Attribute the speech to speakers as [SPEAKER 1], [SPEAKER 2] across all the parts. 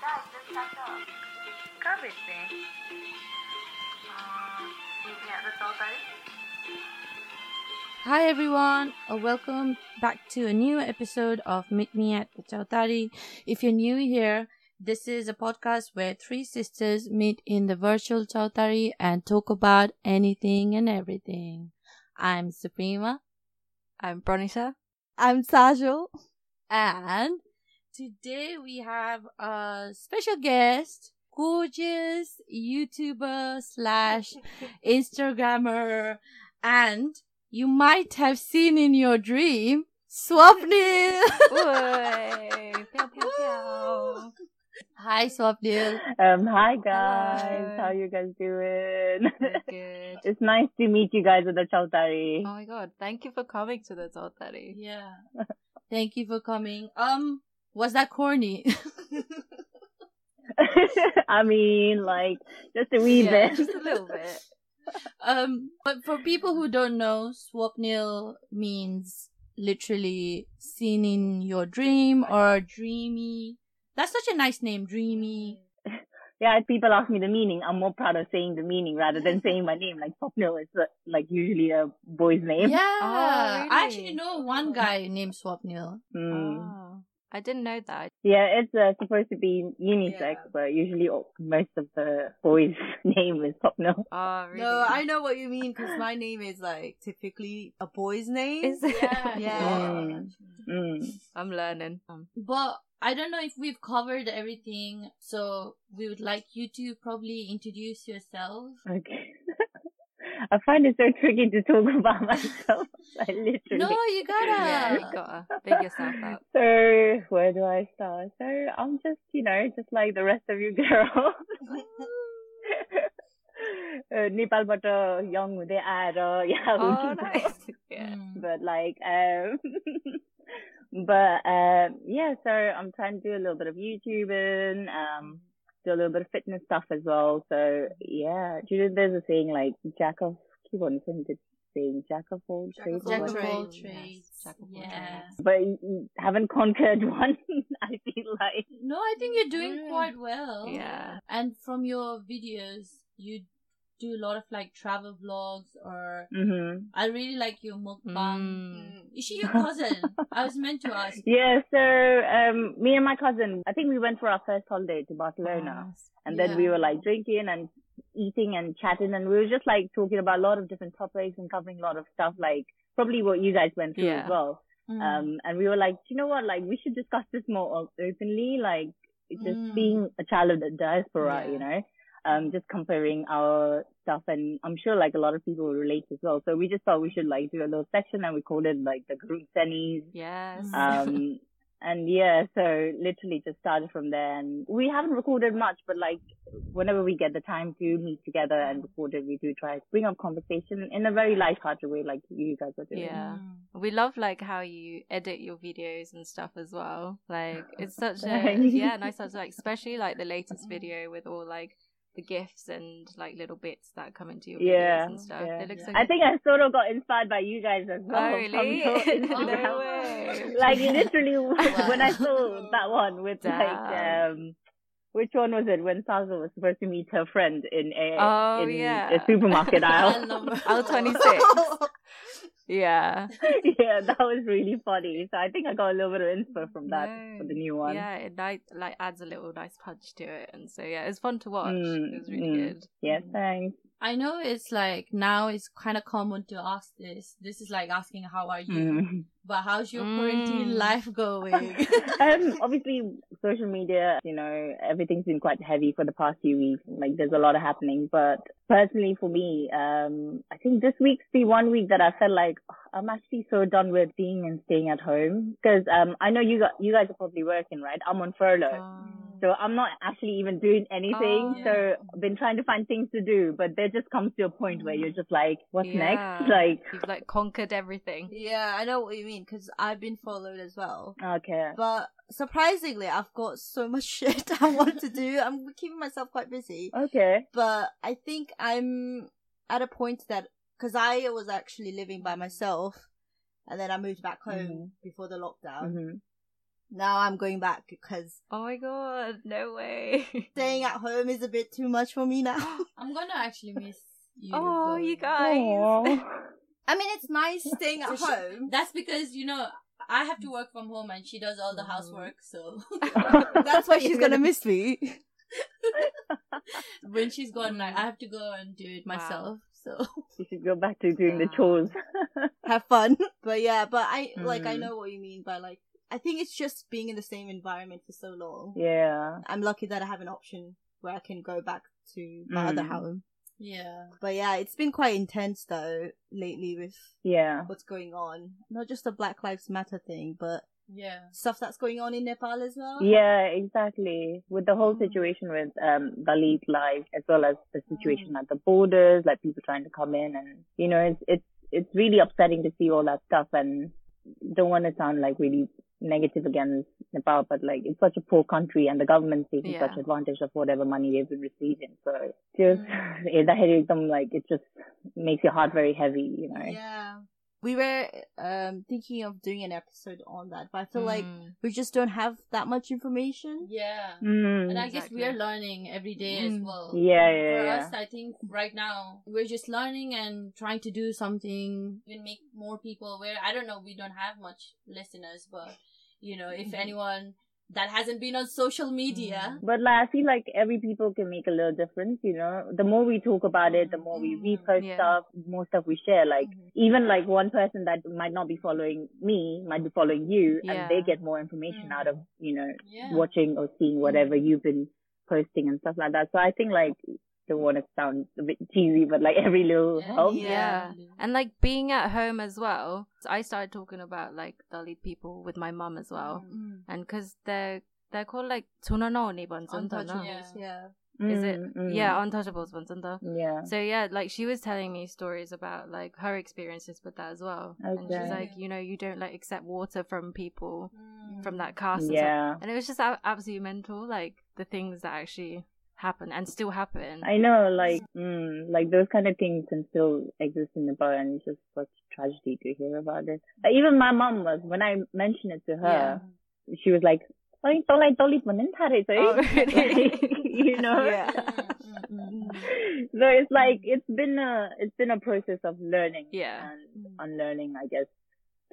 [SPEAKER 1] 砂糖
[SPEAKER 2] Got everything.
[SPEAKER 1] うんyou get the total
[SPEAKER 3] Hi everyone, or welcome back to a new episode of Meet Me at Pachautari. If you're new here, this is a podcast where three sisters meet in the virtual Chautari and talk about anything and everything. I'm Suprema. I'm Pranita.
[SPEAKER 4] I'm Sajal.
[SPEAKER 3] And today we have a special guest, gorgeous YouTuber slash Instagrammer, and you might have seen in your dream, Swapnil. Hi, Swapnil.
[SPEAKER 5] Um, hi guys,
[SPEAKER 2] Hello.
[SPEAKER 5] how you guys doing?
[SPEAKER 2] Good.
[SPEAKER 5] it's nice to meet you guys at the Chautari.
[SPEAKER 2] Oh my god, thank you for coming to the Totari.
[SPEAKER 3] Yeah. Thank you for coming. Um, was that corny?
[SPEAKER 5] I mean, like just a wee
[SPEAKER 2] yeah,
[SPEAKER 5] bit.
[SPEAKER 2] just a little bit.
[SPEAKER 3] um, but for people who don't know, Swapnil means literally seen in your dream or dreamy. That's such a nice name, dreamy.
[SPEAKER 5] Yeah, if people ask me the meaning, I'm more proud of saying the meaning rather than saying my name. Like Swapnil is uh, like usually a boy's name.
[SPEAKER 3] Yeah.
[SPEAKER 2] Oh,
[SPEAKER 3] Ah, I
[SPEAKER 2] really?
[SPEAKER 3] actually know one guy named Swapnil.
[SPEAKER 5] Mm.
[SPEAKER 2] Oh, I didn't know that.
[SPEAKER 5] Yeah, it's uh, supposed to be unisex,
[SPEAKER 2] Yeah.
[SPEAKER 5] but usually oh, most of the boys' name is Swapnil.
[SPEAKER 2] Oh, really?
[SPEAKER 4] No, I know what you mean because my name is like typically a boy's name.
[SPEAKER 2] Is it?
[SPEAKER 4] Yeah.
[SPEAKER 5] Mm. Mm.
[SPEAKER 2] I'm learning. Um,
[SPEAKER 3] But I don't know if we've covered everything, so we would like you to probably introduce yourself.
[SPEAKER 5] Okay. I find it so tricky to talk about myself. I literally.
[SPEAKER 3] No, you
[SPEAKER 2] yeah, you
[SPEAKER 3] gotta.
[SPEAKER 2] gotta big yourself up.
[SPEAKER 5] So where do I start? So I'm just, you know, just like the rest of you girls. uh, नेपालबाट young uh, हुँदै आएर यहाँ
[SPEAKER 2] Oh,
[SPEAKER 5] हुनु।
[SPEAKER 2] nice. Yeah.
[SPEAKER 3] Mm.
[SPEAKER 5] But like, um, but um, yeah. So I'm trying to do a little bit of YouTubing, um, do a little bit of fitness stuff as well. So yeah, do you know there's a saying like jack of keep on saying the saying jack of all
[SPEAKER 4] Jack
[SPEAKER 5] trades.
[SPEAKER 4] of
[SPEAKER 3] Jack
[SPEAKER 5] but-
[SPEAKER 3] of all
[SPEAKER 4] Trades.
[SPEAKER 3] trades.
[SPEAKER 2] Yes, jack of all
[SPEAKER 3] yeah.
[SPEAKER 5] but you- you haven't conquered one. I feel like.
[SPEAKER 3] No, I think you're doing
[SPEAKER 2] Yeah.
[SPEAKER 3] quite
[SPEAKER 2] Oh,
[SPEAKER 3] well.
[SPEAKER 2] Mm. Yeah.
[SPEAKER 3] And from your videos, you do a lot of like travel vlogs, or
[SPEAKER 5] hmm
[SPEAKER 3] I really like your mukbang.
[SPEAKER 2] Mm.
[SPEAKER 3] Is she your cousin? I was meant to ask.
[SPEAKER 5] Yeah, so um, me and my cousin, I think we went for our first holiday to Barcelona,
[SPEAKER 2] Nice.
[SPEAKER 5] and then we were like drinking and eating and chatting, and we were just like talking about a lot of different topics and covering a lot of stuff, like probably what you guys went through
[SPEAKER 2] Yeah.
[SPEAKER 5] as well.
[SPEAKER 3] Mm.
[SPEAKER 5] Um, and we were like, you know what, like we should discuss this more o- openly, like just
[SPEAKER 3] Mm.
[SPEAKER 5] being a child of the diaspora,
[SPEAKER 2] Yeah.
[SPEAKER 5] you know. Um, just comparing our stuff, and I'm sure like a lot of people will relate as well. So we just thought we should like do a little section, and we called it like the group Sennies
[SPEAKER 2] Yes.
[SPEAKER 5] um and yeah so literally just started from there and we haven't recorded much but like whenever we get the time to meet together and record it we do try to bring up conversation in a very light-hearted way like you guys are doing
[SPEAKER 2] yeah.
[SPEAKER 3] Mm.
[SPEAKER 2] We love like how you edit your videos and stuff as well. Like it's such a
[SPEAKER 5] Thanks.
[SPEAKER 2] yeah, nice touch. Like especially like the latest video with all like the gifts and like little bits that come into your videos
[SPEAKER 5] Yeah,
[SPEAKER 2] and stuff.
[SPEAKER 5] yeah.
[SPEAKER 2] It looks so
[SPEAKER 5] i
[SPEAKER 2] good.
[SPEAKER 5] think i sort of got inspired by you guys as well
[SPEAKER 2] Oh,
[SPEAKER 5] from
[SPEAKER 2] really? Oh,
[SPEAKER 5] your
[SPEAKER 2] no
[SPEAKER 5] Instagram.
[SPEAKER 2] way.
[SPEAKER 5] like literally when i saw
[SPEAKER 3] Wow.
[SPEAKER 5] that one with like
[SPEAKER 2] Damn.
[SPEAKER 5] um which one was it when Saza was supposed to meet her friend in a
[SPEAKER 2] Oh,
[SPEAKER 5] in
[SPEAKER 2] yeah.
[SPEAKER 5] a supermarket
[SPEAKER 3] I
[SPEAKER 5] aisle?
[SPEAKER 3] love it.
[SPEAKER 2] I'll 26. Yeah.
[SPEAKER 5] yeah, that was really funny. So I think I got a little bit of info from that
[SPEAKER 2] No.
[SPEAKER 5] for the new one.
[SPEAKER 2] Yeah, it like, like adds a little nice punch to it, and so yeah, it's fun to watch.
[SPEAKER 5] Mm,
[SPEAKER 2] it was really
[SPEAKER 5] mm.
[SPEAKER 2] good.
[SPEAKER 5] Yeah, thanks.
[SPEAKER 3] I know it's like now it's kind of common to ask this. This is like asking how are
[SPEAKER 2] Mm-hmm.
[SPEAKER 3] you,
[SPEAKER 5] Mm.
[SPEAKER 3] but how's your
[SPEAKER 2] Mm.
[SPEAKER 3] quarantine life going?
[SPEAKER 5] um, obviously, social media, you know, everything's been quite heavy for the past few weeks. Like, there's a lot happening. But personally, for me, um, I think this week's the one week that I felt like "Ugh, I'm actually so done with being and staying at home. Because um, I know you got you guys are probably working, right? I'm on furlough.
[SPEAKER 2] Um,
[SPEAKER 5] So I'm not actually even doing anything.
[SPEAKER 2] Oh.
[SPEAKER 5] So I've been trying to find things to do, but there just comes to a point where you're just like, what's
[SPEAKER 2] Yeah.
[SPEAKER 5] next? Like,
[SPEAKER 2] You've like conquered everything.
[SPEAKER 4] yeah, I know what you mean because I've been followed as well.
[SPEAKER 5] okay.
[SPEAKER 4] But surprisingly, I've got so much shit I want to do. I'm keeping myself quite busy.
[SPEAKER 5] Okay.
[SPEAKER 4] But I think I'm at a point that because I was
[SPEAKER 2] Mm.
[SPEAKER 4] actually living by myself, and then I moved back home before the lockdown.
[SPEAKER 5] hmm
[SPEAKER 6] Now I'm going back because
[SPEAKER 2] Oh my god, no way.
[SPEAKER 6] staying at home is a bit too much for me now.
[SPEAKER 3] I'm gonna actually miss you.
[SPEAKER 2] oh, you
[SPEAKER 3] guys.
[SPEAKER 2] guys.
[SPEAKER 6] I mean, it's nice staying at
[SPEAKER 3] So she-
[SPEAKER 6] home.
[SPEAKER 3] That's because you know I have to work from home and she does all
[SPEAKER 2] Mm-hmm.
[SPEAKER 3] the housework. So
[SPEAKER 6] That's why she's gonna miss me.
[SPEAKER 3] when she's gone, like, I have to go and do it
[SPEAKER 2] Wow.
[SPEAKER 3] myself. So
[SPEAKER 5] you should go back to doing the
[SPEAKER 2] Yeah.
[SPEAKER 5] chores.
[SPEAKER 6] Have fun. But yeah, but I like I
[SPEAKER 5] Mm.
[SPEAKER 6] know what you mean by like I think it's just being in the same environment for so long.
[SPEAKER 5] yeah.
[SPEAKER 6] I'm lucky that I have an option where I can go back to my other
[SPEAKER 5] Mm.
[SPEAKER 6] home.
[SPEAKER 3] yeah,
[SPEAKER 6] But yeah, it's been quite intense though lately with
[SPEAKER 5] Yeah.
[SPEAKER 6] what's going on. Not just the Black Lives Matter thing, but
[SPEAKER 3] yeah,
[SPEAKER 6] stuff that's going on in Nepal as
[SPEAKER 3] Uh-huh.
[SPEAKER 6] well.
[SPEAKER 5] Yeah, exactly. With the
[SPEAKER 3] Mm-hmm.
[SPEAKER 5] whole situation with um, Dalit life, as well as the situation
[SPEAKER 3] Mm-hmm.
[SPEAKER 5] at the borders, like people trying to come in, and you know, it's it's it's really upsetting to see all that stuff. And don't want to sound like really negative against Nepal, but like it's such a poor country, and the government's taking
[SPEAKER 2] Yeah.
[SPEAKER 5] such advantage of whatever money they've been receiving. So just
[SPEAKER 3] Mm-hmm.
[SPEAKER 5] yeah, the headache, um, like it just makes your heart very heavy, you know.
[SPEAKER 6] Yeah. We were um thinking of doing an episode on that, but I feel
[SPEAKER 2] Mm.
[SPEAKER 6] like we just don't have that much information.
[SPEAKER 3] yeah.
[SPEAKER 5] Mm.
[SPEAKER 3] And I guess we are
[SPEAKER 2] Exactly.
[SPEAKER 3] learning every day as
[SPEAKER 6] Mm.
[SPEAKER 3] well.
[SPEAKER 5] Yeah,
[SPEAKER 3] For
[SPEAKER 5] yeah,
[SPEAKER 3] us, I think right now we're just learning and trying to do something and make more people aware. I don't know, we don't have much listeners, but you know, if
[SPEAKER 6] Mhm.
[SPEAKER 2] Mm-hmm.
[SPEAKER 3] anyone that hasn't been on social media,
[SPEAKER 2] Mm.
[SPEAKER 5] But like, I feel like every people can make a little difference, you know. The more we talk about it, the more we
[SPEAKER 6] Mm,
[SPEAKER 5] research
[SPEAKER 2] Mm-hmm. yeah. Mm-hmm.
[SPEAKER 5] stuff, more stuff we share. Like
[SPEAKER 6] Mhm.
[SPEAKER 5] even like one person that might not be following me might be following you,
[SPEAKER 2] Yeah. Mm-hmm.
[SPEAKER 5] and they get more information out of you know
[SPEAKER 3] yeah,
[SPEAKER 5] watching or seeing whatever you've been posting and stuff like that. So I think like don't want to sound a bit cheesy, but like every little
[SPEAKER 3] Yeah.
[SPEAKER 5] help.
[SPEAKER 6] Yeah.
[SPEAKER 2] Yeah. And like being at home as well, so I started talking about like Dalit people with my mum as well,
[SPEAKER 6] Mm.
[SPEAKER 2] and because they're they're called like tunanao ni
[SPEAKER 6] Untouchables,
[SPEAKER 2] yeah.
[SPEAKER 6] yeah. yeah.
[SPEAKER 2] Is it
[SPEAKER 5] Mm, mm.
[SPEAKER 2] yeah untouchables bansanta.
[SPEAKER 5] Yeah.
[SPEAKER 2] So yeah, like she was telling me stories about like her experiences with that as well, and she's
[SPEAKER 5] Okay.
[SPEAKER 2] like, you know, you don't like accept water from people
[SPEAKER 3] Mm.
[SPEAKER 2] from that caste, and stuff.
[SPEAKER 5] Yeah.
[SPEAKER 2] and it was just a- absolutely mental, like the things that actually happen and still happen.
[SPEAKER 5] I know, like, mm, like those kind of things can still exist in Nepal, and it's just such tragedy to hear about it. Like, even my mom was when I mentioned it to her, she was like, "Ay, tolai tolit manin thare toh."
[SPEAKER 2] Oh, really?
[SPEAKER 5] Like, you know.
[SPEAKER 3] Mm,
[SPEAKER 5] So it's like it's been a it's been a process of learning
[SPEAKER 2] Yeah.
[SPEAKER 5] and unlearning, I guess,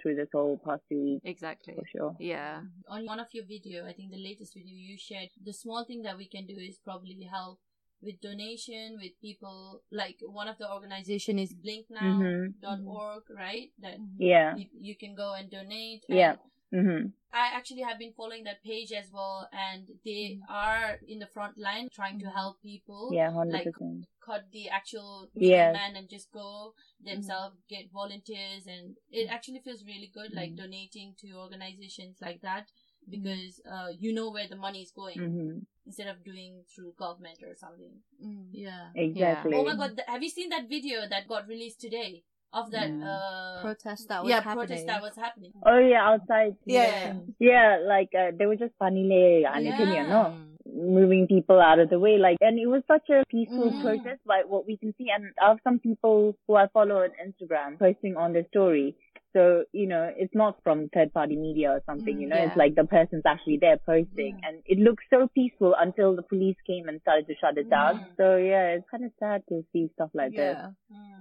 [SPEAKER 5] through this whole past few weeks
[SPEAKER 2] exactly.
[SPEAKER 5] for sure.
[SPEAKER 2] Yeah.
[SPEAKER 3] on one of your video, I think the latest video you shared, the small thing that we can do is probably help with donation with people like one of the organization is
[SPEAKER 5] Mm-hmm.
[SPEAKER 3] blinknow.org, right? That
[SPEAKER 5] Yeah.
[SPEAKER 3] you, you can go and donate.
[SPEAKER 5] Yeah.
[SPEAKER 3] And
[SPEAKER 5] Mhm.
[SPEAKER 3] I actually have been following that page as well, and they are in the front line trying to help people.
[SPEAKER 5] Yeah, hundred
[SPEAKER 3] Like,
[SPEAKER 5] percent.
[SPEAKER 3] cut the actual
[SPEAKER 5] Yes.
[SPEAKER 3] man and just go themselves, get volunteers, and it actually feels really good, like donating to organizations like that because uh, you know where the money is going
[SPEAKER 5] Mhm.
[SPEAKER 3] instead of doing through government or something.
[SPEAKER 6] mm,
[SPEAKER 3] Yeah.
[SPEAKER 5] Exactly.
[SPEAKER 3] Oh my god, th- have you seen that video that got released today of that?
[SPEAKER 5] Yeah.
[SPEAKER 3] Uh,
[SPEAKER 6] Protest that was
[SPEAKER 3] yeah,
[SPEAKER 6] happening.
[SPEAKER 3] protest that was happening.
[SPEAKER 5] Oh yeah, outside.
[SPEAKER 6] Yeah.
[SPEAKER 5] Yeah, like uh, they were just panile and
[SPEAKER 3] Yeah.
[SPEAKER 5] no,
[SPEAKER 2] Mm.
[SPEAKER 5] moving people out of the way. Like, and it was such a peaceful
[SPEAKER 3] Mhm.
[SPEAKER 5] protest, like what we can see. And I have some people who I follow on Instagram posting on their story. So you know, it's not from third party media or something.
[SPEAKER 6] Mm,
[SPEAKER 5] you know,
[SPEAKER 2] yeah.
[SPEAKER 5] it's like the person's actually there posting, and it looked so peaceful until the police came and started to shut it down.
[SPEAKER 3] Mhm.
[SPEAKER 5] So yeah, it's kind of sad to see stuff like this.
[SPEAKER 6] yeah.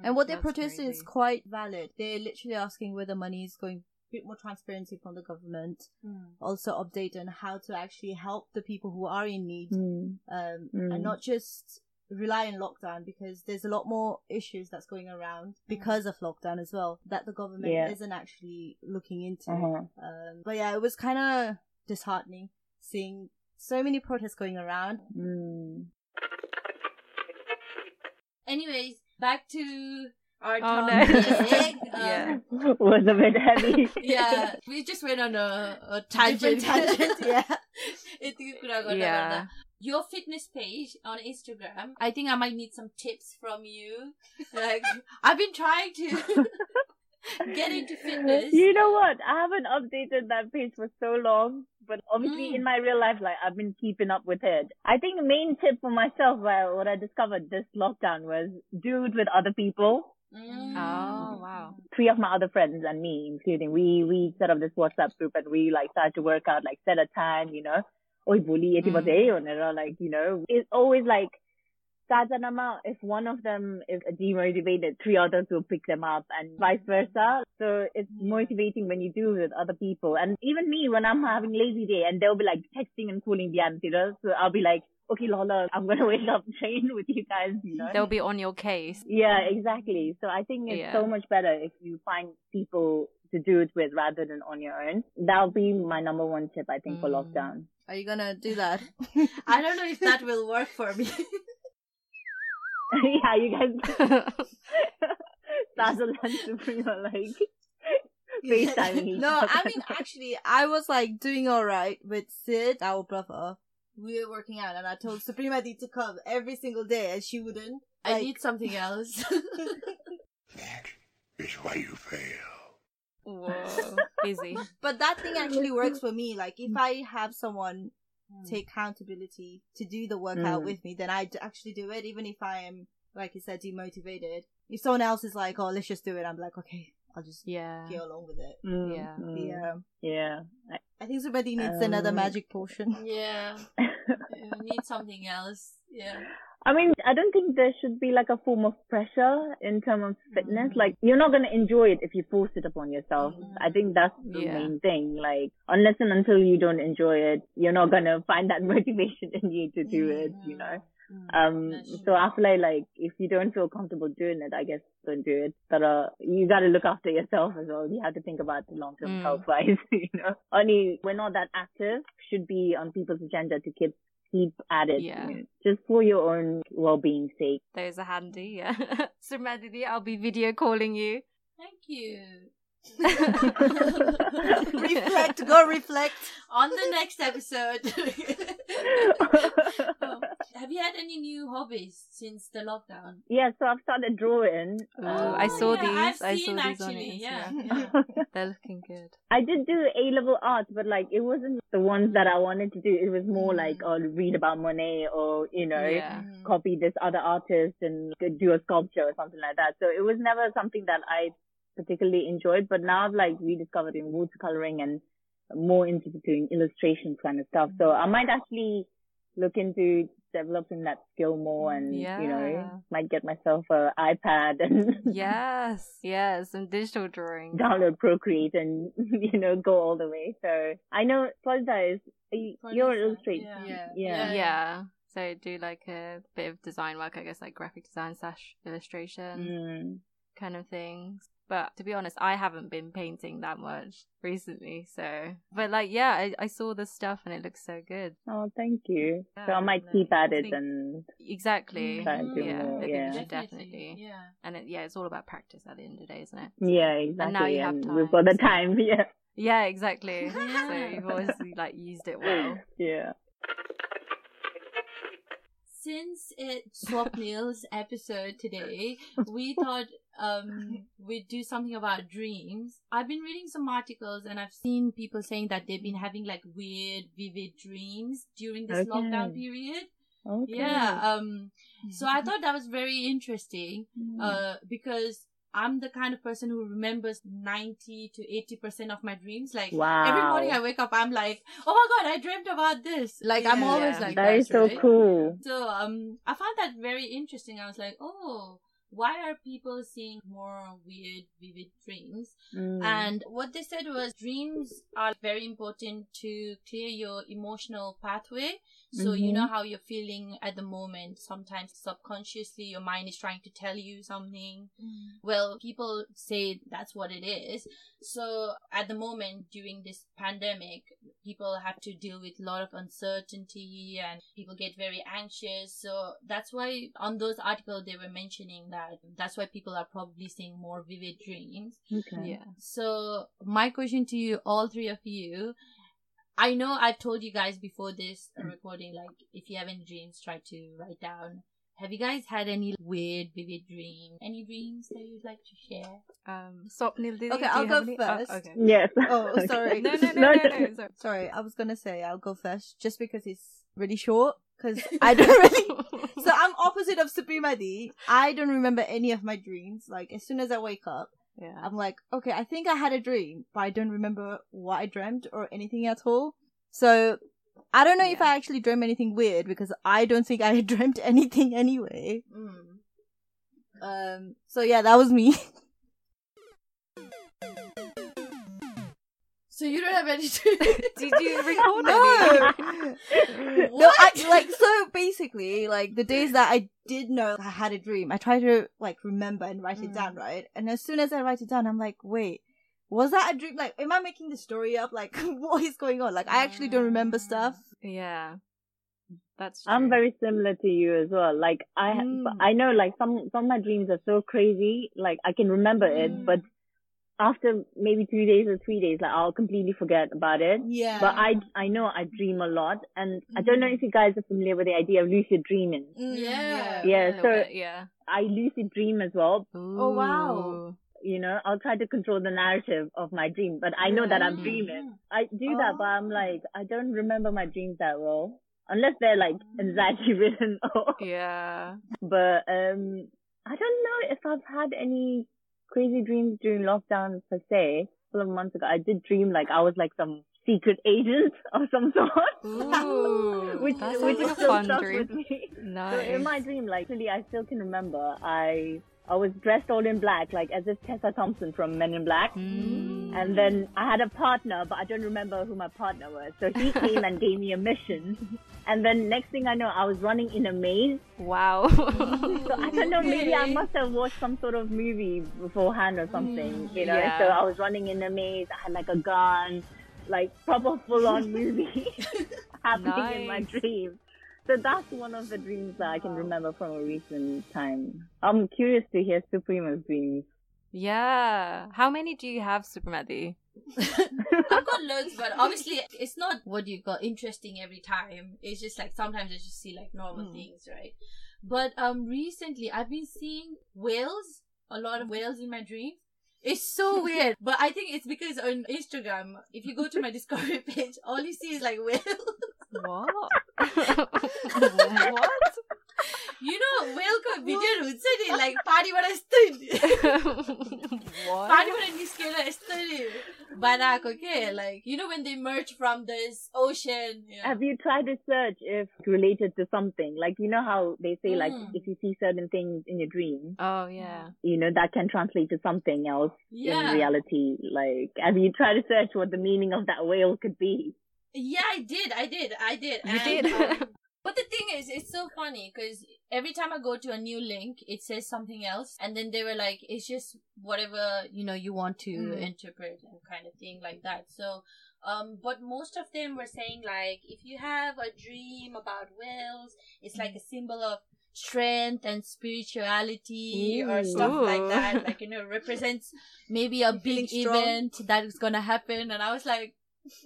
[SPEAKER 6] And what they're
[SPEAKER 2] That's
[SPEAKER 6] protesting is
[SPEAKER 2] crazy.
[SPEAKER 6] quite valid. They're literally asking where the money is going, a bit more transparency from the government. Also update on how to actually help the people who are in need
[SPEAKER 5] Mm.
[SPEAKER 6] um,
[SPEAKER 5] Mm.
[SPEAKER 6] and not just rely on lockdown because there's a lot more issues that's going around because of lockdown as well that the government
[SPEAKER 5] Mm. Yeah.
[SPEAKER 6] isn't actually looking into.
[SPEAKER 5] Uh-huh.
[SPEAKER 6] Um, but yeah, it was kind of disheartening seeing so many protests going around.
[SPEAKER 5] Mm.
[SPEAKER 3] Anyways, back to our
[SPEAKER 2] Oh,
[SPEAKER 3] topic. Um,
[SPEAKER 2] no. Yeah.
[SPEAKER 5] was a bit heavy.
[SPEAKER 3] yeah, we just went on a, a tangent.
[SPEAKER 6] Different tangent, yeah.
[SPEAKER 3] I think we could have gone
[SPEAKER 2] Yeah.
[SPEAKER 3] around that. Your fitness page on Instagram. I think I might need some tips from you. Like I've been trying to get into fitness.
[SPEAKER 5] You know what? I haven't updated that page for so long, but obviously
[SPEAKER 3] Mm.
[SPEAKER 5] in my real life, like I've been keeping up with it. I think the main tip for myself, well, what I discovered this lockdown was do it with other people.
[SPEAKER 6] Mm. Uh,
[SPEAKER 2] Oh wow.
[SPEAKER 5] three of my other friends and me, including we, we set up this WhatsApp group and we like started to work out like set a time, you know, oi bully, eti
[SPEAKER 2] Mm.
[SPEAKER 5] bade, or no, like you know, it's always like. Sajanama, if one of them is demotivated, three others will pick them up and vice versa. So it's motivating when you do with other people. And even me, when I'm having lazy day and they'll be like texting and calling the you know, so I'll be like, okay, Lola, I'm going to wake up, train with you guys, you
[SPEAKER 3] Mm.
[SPEAKER 5] know.
[SPEAKER 2] They'll be on your case.
[SPEAKER 5] Yeah, exactly. So I think it's
[SPEAKER 2] Yeah.
[SPEAKER 5] so much better if you find people to do it with rather than on your own. That'll be my number one tip, I think, for
[SPEAKER 6] Mm.
[SPEAKER 5] lockdown.
[SPEAKER 6] Are you gonna do that? I don't know if that will work for me. Mm.
[SPEAKER 5] yeah, you guys start the lunch to are like FaceTiming each
[SPEAKER 6] no,
[SPEAKER 5] other.
[SPEAKER 6] I mean actually, I was like doing all right with Sid, our brother. We were working out, and I told Supremadi to come every single day, and she wouldn't. I
[SPEAKER 3] Like-
[SPEAKER 6] need something else.
[SPEAKER 7] That is why you fail.
[SPEAKER 2] Whoa. Busy.
[SPEAKER 6] but that thing actually works for me. Like
[SPEAKER 2] Mm.
[SPEAKER 6] if I have someone take accountability to do the workout
[SPEAKER 5] Mm.
[SPEAKER 6] with me, then I d- actually do it, even if I am, like you said, demotivated. If someone else is like, "Oh, let's just do it," I'm like, "Okay, I'll just
[SPEAKER 2] Yeah.
[SPEAKER 6] go along with it."
[SPEAKER 5] Mm,
[SPEAKER 2] Yeah.
[SPEAKER 5] mm,
[SPEAKER 6] Yeah,
[SPEAKER 5] yeah.
[SPEAKER 6] I think somebody needs another
[SPEAKER 5] Um,
[SPEAKER 6] magic potion.
[SPEAKER 3] Yeah.
[SPEAKER 5] I-
[SPEAKER 3] You need something else. Yeah.
[SPEAKER 5] I mean, I don't think there should be like a form of pressure in terms of fitness. Like, you're not going to enjoy it if you force it upon yourself. I think that's the
[SPEAKER 2] Yeah.
[SPEAKER 5] main thing. Like, unless and until you don't enjoy it, you're not going to find that motivation in you to do it, you know? Um,
[SPEAKER 3] That's
[SPEAKER 5] so I feel like, like, if you don't feel comfortable doing it, I guess don't do it. But, uh, you gotta look after yourself as well. You have to think about the long-term
[SPEAKER 2] Mm.
[SPEAKER 5] health wise, you know? Only, we're not that active, should be on people's agenda to keep keep at it.
[SPEAKER 2] Yeah.
[SPEAKER 5] Just for your own well being sake.
[SPEAKER 2] Those are handy, yeah. so Madidi, I'll be video calling you.
[SPEAKER 3] Thank you.
[SPEAKER 6] reflect, go reflect.
[SPEAKER 3] On the next episode. Oh, Have you had any new hobbies since the lockdown?
[SPEAKER 5] yeah, so I've started drawing.
[SPEAKER 2] Ooh, I saw
[SPEAKER 3] Oh, yeah, I've
[SPEAKER 2] these. I
[SPEAKER 3] seen
[SPEAKER 2] saw these on
[SPEAKER 3] actually.
[SPEAKER 2] Instagram.
[SPEAKER 3] yeah,
[SPEAKER 6] yeah.
[SPEAKER 3] yeah.
[SPEAKER 2] They're looking good.
[SPEAKER 5] I did do A level art, but like it wasn't the ones that I wanted to do. It was more like, oh, read about Monet or, you know,
[SPEAKER 2] Hmm. Yeah.
[SPEAKER 5] copy this other artist and do a sculpture or something like that. So it was never something that I particularly enjoyed, but now I've like rediscovered in watercoloring and more into doing illustrations kind of stuff. So I might actually look into developing that skill more and, you
[SPEAKER 2] Yeah.
[SPEAKER 5] know, might get myself a iPad and
[SPEAKER 2] Yes. Yeah. Some digital drawings.
[SPEAKER 5] download Procreate and, you know, go all the way. So I know Polda is, you- you're an illustrator.
[SPEAKER 3] Yeah.
[SPEAKER 6] Yeah.
[SPEAKER 5] Yeah.
[SPEAKER 2] Yeah. So do like a bit of design work, I guess, like graphic design slash illustration.
[SPEAKER 5] Mm.
[SPEAKER 2] kind of things. But to be honest, I haven't been painting that much recently. So, but like, yeah, I, I saw the stuff and it looks so good.
[SPEAKER 5] Oh, thank you. so
[SPEAKER 2] Yeah,
[SPEAKER 5] I might
[SPEAKER 2] no,
[SPEAKER 5] keep at
[SPEAKER 2] I
[SPEAKER 5] it
[SPEAKER 2] think-
[SPEAKER 5] and
[SPEAKER 2] Exactly.
[SPEAKER 5] Try and do
[SPEAKER 2] yeah,
[SPEAKER 5] more,
[SPEAKER 2] I think
[SPEAKER 5] yeah.
[SPEAKER 2] you should
[SPEAKER 3] Definitely,
[SPEAKER 2] definitely.
[SPEAKER 3] Yeah.
[SPEAKER 2] And it, yeah, it's all about practice at the end of the day, isn't it?
[SPEAKER 5] Yeah, exactly.
[SPEAKER 2] And now you have
[SPEAKER 5] We've got the
[SPEAKER 2] time, so-
[SPEAKER 5] time. Yeah,
[SPEAKER 2] Yeah, exactly. So
[SPEAKER 3] Yeah.
[SPEAKER 2] you've obviously like used it well.
[SPEAKER 5] yeah.
[SPEAKER 3] Since it's Swap Meals episode today, we thought um, we'd do something about dreams. I've been reading some articles and I've seen people saying that they've been having like weird, vivid dreams during this
[SPEAKER 5] Okay.
[SPEAKER 3] lockdown period.
[SPEAKER 5] Okay.
[SPEAKER 3] Yeah. Um, so I thought that was very interesting
[SPEAKER 2] Mm-hmm.
[SPEAKER 3] uh, because I'm the kind of person who remembers 90 to 80% of my dreams. Like,
[SPEAKER 5] wow.
[SPEAKER 3] Every morning I wake up, I'm like, oh my god, I dreamt about this. Like I'm
[SPEAKER 6] Yeah.
[SPEAKER 3] always
[SPEAKER 2] Yeah.
[SPEAKER 3] like
[SPEAKER 5] that is so
[SPEAKER 3] right?
[SPEAKER 5] cool.
[SPEAKER 3] So um, I found that very interesting. I was like, oh, why are people seeing more weird, vivid dreams?
[SPEAKER 5] Mm.
[SPEAKER 3] And what they said was dreams are very important to clear your emotional pathway. So you
[SPEAKER 5] Mhm.
[SPEAKER 3] know how you're feeling at the moment. Sometimes subconsciously your mind is trying to tell you something. Well, people say that's what it is. So at the moment during this pandemic, people have to deal with a lot of uncertainty and people get very anxious. So that's why on those articles they were mentioning that that's why people are probably seeing more vivid dreams.
[SPEAKER 5] Mm, okay.
[SPEAKER 2] Yeah.
[SPEAKER 3] So, my question to you, all three of you. I know I've told you guys before this recording, like, if you have any dreams, try to write down. Have you guys had any weird, vivid dream? Any dreams that you'd like to share?
[SPEAKER 2] Um, Swapnil, did
[SPEAKER 6] Okay, I'll go first.
[SPEAKER 2] okay.
[SPEAKER 5] Yes.
[SPEAKER 6] Oh, sorry.
[SPEAKER 2] No, no, no, no, no. Sorry.
[SPEAKER 6] Sorry, I was gonna say I'll go first, just because it's really short. because I don't really. So I'm opposite of Suprimadi. I don't remember any of my dreams. Like as soon as I wake up,
[SPEAKER 2] yeah.
[SPEAKER 6] I'm like, okay, I think I had a dream, but I don't remember what I dreamt or anything at all. So I don't know if I actually dreamt anything weird because I don't think I dreamt anything anyway.
[SPEAKER 5] Hmm.
[SPEAKER 6] Um. So yeah, that was me.
[SPEAKER 3] So you don't have any dreams.
[SPEAKER 2] Did you record
[SPEAKER 6] No. No, I,
[SPEAKER 3] What?
[SPEAKER 6] like so basically, like the days that I did know I had a dream, I try to like remember and write it
[SPEAKER 5] Hmm.
[SPEAKER 6] down, right? And as soon as I write it down, I'm like, wait, was that a dream? Like, am I making the story up? Like, what is going on? Like, I actually don't remember stuff.
[SPEAKER 2] any? Yeah. That's true.
[SPEAKER 5] I'm very similar to you as well. Like I, Hmm.
[SPEAKER 6] Mm,
[SPEAKER 5] but I know like some some of my dreams are so crazy. Like I can remember it, but after maybe two days or three days, like I'll completely forget about it.
[SPEAKER 6] Yeah.
[SPEAKER 5] But I I know I dream a lot, and I don't know if you guys are familiar with the idea of lucid dreaming.
[SPEAKER 6] Mm,
[SPEAKER 3] Yeah.
[SPEAKER 2] A
[SPEAKER 5] Yeah,
[SPEAKER 2] little
[SPEAKER 5] so
[SPEAKER 2] bit, yeah.
[SPEAKER 5] I lucid dream as well.
[SPEAKER 2] Oh
[SPEAKER 6] wow.
[SPEAKER 5] You know, I'll try to control the narrative of my dream, but I know that
[SPEAKER 2] Mm.
[SPEAKER 6] Mm.
[SPEAKER 5] I'm dreaming. I do that, but
[SPEAKER 2] Oh.
[SPEAKER 5] I'm like I don't remember my dreams that well, unless they're like
[SPEAKER 2] Mm.
[SPEAKER 5] anxiety ridden or
[SPEAKER 2] Yeah.
[SPEAKER 5] but um I don't know if I've had any crazy dreams during lockdown per se. A couple of months ago, I did dream like I was like some secret agent of some sort,
[SPEAKER 2] Ooh.
[SPEAKER 5] which
[SPEAKER 2] that
[SPEAKER 5] which
[SPEAKER 2] sounds
[SPEAKER 5] is
[SPEAKER 2] like a
[SPEAKER 5] still
[SPEAKER 2] fun
[SPEAKER 5] stuck with
[SPEAKER 2] dream.
[SPEAKER 5] me. So
[SPEAKER 2] Nice.
[SPEAKER 5] in my dream, like really, I still can remember. I I was dressed all in black, like as if Tessa Thompson from Men in Black.
[SPEAKER 2] Mm.
[SPEAKER 5] And then I had a partner, but I don't remember who my partner was. So he came and gave me a mission. And then next thing I know, I was running in a maze.
[SPEAKER 2] Wow.
[SPEAKER 5] So I don't know, maybe I
[SPEAKER 3] Okay.
[SPEAKER 5] must have watched some sort of movie beforehand or
[SPEAKER 3] Mm,
[SPEAKER 5] something, you know.
[SPEAKER 2] Yeah.
[SPEAKER 5] So I was running in a maze, I had like a gun, like proper full on movie happening in my
[SPEAKER 2] Nice.
[SPEAKER 5] dream. So that's one of the dreams that I can remember from a recent time. I'm curious to hear Suprema's dreams.
[SPEAKER 2] yeah. How many do you have, Supermadi?
[SPEAKER 3] I've got loads, but obviously it's not what you got interesting every time. It's just like sometimes I just see like normal things, right? But um, recently I've been seeing whales, a lot of whales in my dreams. It's so weird, but I think it's because on Instagram, if you go to my discovery page, all you see is like whales.
[SPEAKER 2] What? what?
[SPEAKER 3] You know, whale का video होता है like party वाला stunt.
[SPEAKER 2] what?
[SPEAKER 3] पानीबाट निस्केर यस्तरी बनाएको के like you know when they merge from this ocean yeah.
[SPEAKER 5] Have you tried to search if related to something? Like you know how they say like
[SPEAKER 3] Mm.
[SPEAKER 5] if you see certain things in your dream,
[SPEAKER 2] Oh yeah.
[SPEAKER 5] you know that can translate to something else in
[SPEAKER 3] yeah
[SPEAKER 5] reality. Like, have you tried to search what the meaning of that whale could be?
[SPEAKER 3] yeah I did I did I did
[SPEAKER 2] You did.
[SPEAKER 3] um, but the thing is it's so funny because every time I go to a new link it says something else and then they were like it's just whatever you know you want to
[SPEAKER 2] Mm.
[SPEAKER 3] interpret and kind of thing like that so um but most of them were saying like if you have a dream about whales it's
[SPEAKER 2] Mm.
[SPEAKER 3] like a symbol of strength and spirituality or stuff like
[SPEAKER 2] Ooh.
[SPEAKER 3] that like you know represents maybe a big
[SPEAKER 6] feeling strong.
[SPEAKER 3] event that is gonna happen and i was like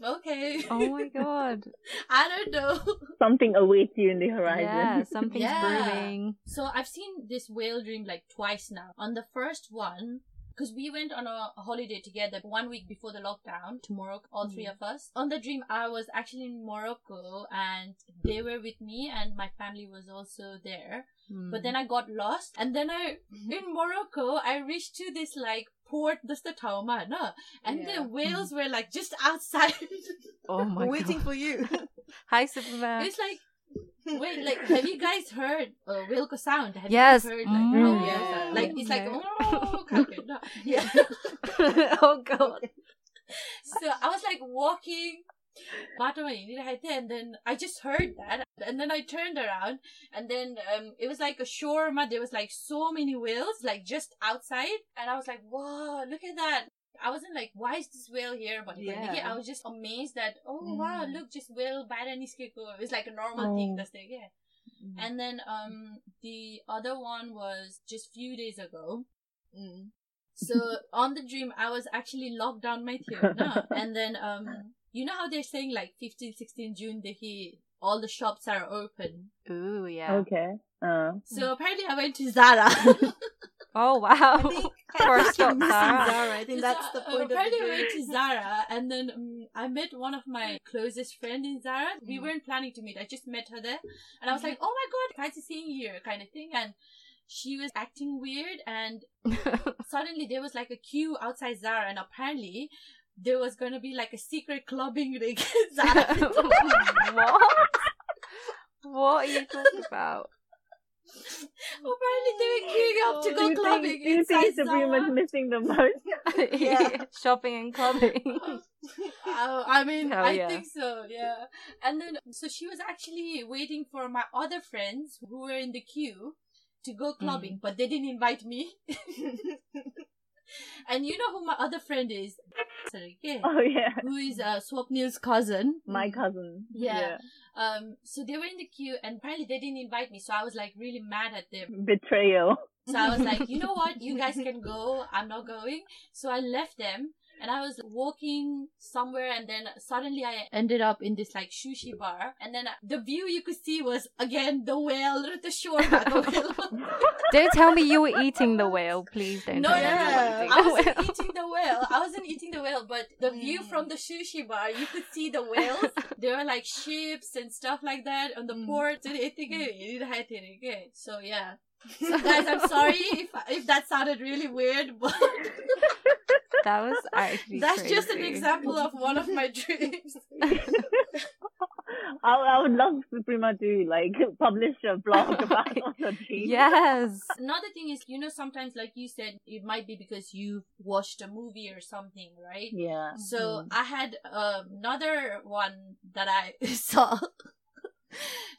[SPEAKER 3] okay
[SPEAKER 2] Oh my god.
[SPEAKER 3] i don't know
[SPEAKER 5] Something awaits you in the horizon.
[SPEAKER 2] Yeah, something's
[SPEAKER 3] Yeah.
[SPEAKER 2] brewing.
[SPEAKER 3] so i've seen this whale dream like twice now on the first one because we went on a holiday together one week before the lockdown to Morocco, all three of us. On the dream, I was actually in Morocco and they were with me and my family was also there.
[SPEAKER 2] Hmm.
[SPEAKER 3] But then I got lost, and then I in Morocco I reached to this like port, that's the Tauma, no, and the whales were like just outside.
[SPEAKER 2] Oh my
[SPEAKER 6] waiting
[SPEAKER 2] god.
[SPEAKER 6] for you.
[SPEAKER 2] Hi Superman.
[SPEAKER 3] it's like wait, like have you guys heard uh, whale sound? Have
[SPEAKER 2] Yes.
[SPEAKER 3] you guys heard like
[SPEAKER 2] Mm.
[SPEAKER 3] how whales
[SPEAKER 6] Yeah.
[SPEAKER 3] sound? like it's like
[SPEAKER 2] Yeah.
[SPEAKER 3] oh, kind of, no. yeah.
[SPEAKER 2] oh god.
[SPEAKER 3] so I was like walking. बाटोमा हिँडिरहेको थिएँ and then I just heard that and then I turned around and then um, it was like a shoreमा there was like so many whales like just outside and I was like wow look at that I wasn't like why is this whale here but
[SPEAKER 2] Yeah.
[SPEAKER 3] I was just amazed that oh wow look just whale बाहिर निस्केको it's like a normal thing जस्तै क्या and then um the other one was just few days ago. Mm. So on the dream, I was actually locked down my theater, and then um you know how they're saying like 15, 16 June the he all the shops are open.
[SPEAKER 2] Ooh yeah.
[SPEAKER 3] Oh.
[SPEAKER 5] Okay. Uh,
[SPEAKER 3] So apparently I went to Zara.
[SPEAKER 2] Oh
[SPEAKER 6] I
[SPEAKER 2] wow.
[SPEAKER 6] think
[SPEAKER 2] Poor
[SPEAKER 6] I think you're
[SPEAKER 2] Zara.
[SPEAKER 6] missing Zara. I think
[SPEAKER 3] So,
[SPEAKER 6] that's the
[SPEAKER 3] uh,
[SPEAKER 6] point of
[SPEAKER 3] apparently
[SPEAKER 6] the
[SPEAKER 3] we went to
[SPEAKER 6] journey.
[SPEAKER 3] Zara, and then um, I met one of my closest friends in Zara. We
[SPEAKER 5] Mm.
[SPEAKER 3] weren't planning to meet. I just met her there, and I was
[SPEAKER 5] Mm-hmm.
[SPEAKER 3] like, "Oh my god, fancy seeing you," kind of thing. And she was acting weird, and suddenly there was like a queue outside Zara, and apparently there was going to be like a secret clubbing ring in Zara.
[SPEAKER 2] what? What are you talking about?
[SPEAKER 3] apparently they were queuing up to
[SPEAKER 5] do
[SPEAKER 3] go
[SPEAKER 5] you
[SPEAKER 3] clubbing
[SPEAKER 5] think, do you
[SPEAKER 3] inside
[SPEAKER 5] think Sabrina was
[SPEAKER 3] Zara.
[SPEAKER 5] missing the most?
[SPEAKER 6] Yeah.
[SPEAKER 2] Shopping and clubbing.
[SPEAKER 3] Oh, I mean,
[SPEAKER 2] Hell
[SPEAKER 3] I
[SPEAKER 2] yeah.
[SPEAKER 3] think so, yeah. And then, so she was actually waiting for my other friends who were in the queue to go clubbing, but they didn't invite me. and you know who my other friend is? Sorry, yeah.
[SPEAKER 5] Oh yeah,
[SPEAKER 3] Who is uh, Swapnil's cousin.
[SPEAKER 5] my cousin.
[SPEAKER 3] Mm. Yeah. Um, so they were in the queue, and apparently they didn't invite me, so I was like really mad at them.
[SPEAKER 5] Yeah. betrayal.
[SPEAKER 3] So I was like, you know what? You guys can go. I'm not going. So I left them and I was walking somewhere and then suddenly I ended up in this like sushi bar and then the view you could see was again the whale, the shore. by the whale.
[SPEAKER 2] don't tell me you were eating the whale, please don't
[SPEAKER 3] No,
[SPEAKER 2] tell
[SPEAKER 3] no,
[SPEAKER 2] me
[SPEAKER 6] no.
[SPEAKER 2] you
[SPEAKER 3] I
[SPEAKER 2] were eating
[SPEAKER 3] wasn't eating the whale. I wasn't eating the whale, but the view from the sushi bar, you could see the whales. there were like ships and stuff like that on the port. So they think, "Hey, you didn't have it again." So yeah. So guys, I'm sorry if if that sounded really weird, but
[SPEAKER 2] the whale. That was actually
[SPEAKER 3] that's just an
[SPEAKER 2] crazy.
[SPEAKER 3] example of one of my dreams.
[SPEAKER 5] I, I would love Suprema to like publish a blog about all the dreams.
[SPEAKER 2] Yes.
[SPEAKER 3] Another thing is, you know, sometimes like you said, it might be because you watched a movie or something, right?
[SPEAKER 5] Yeah. Mm.
[SPEAKER 3] So I had um, another one that I saw.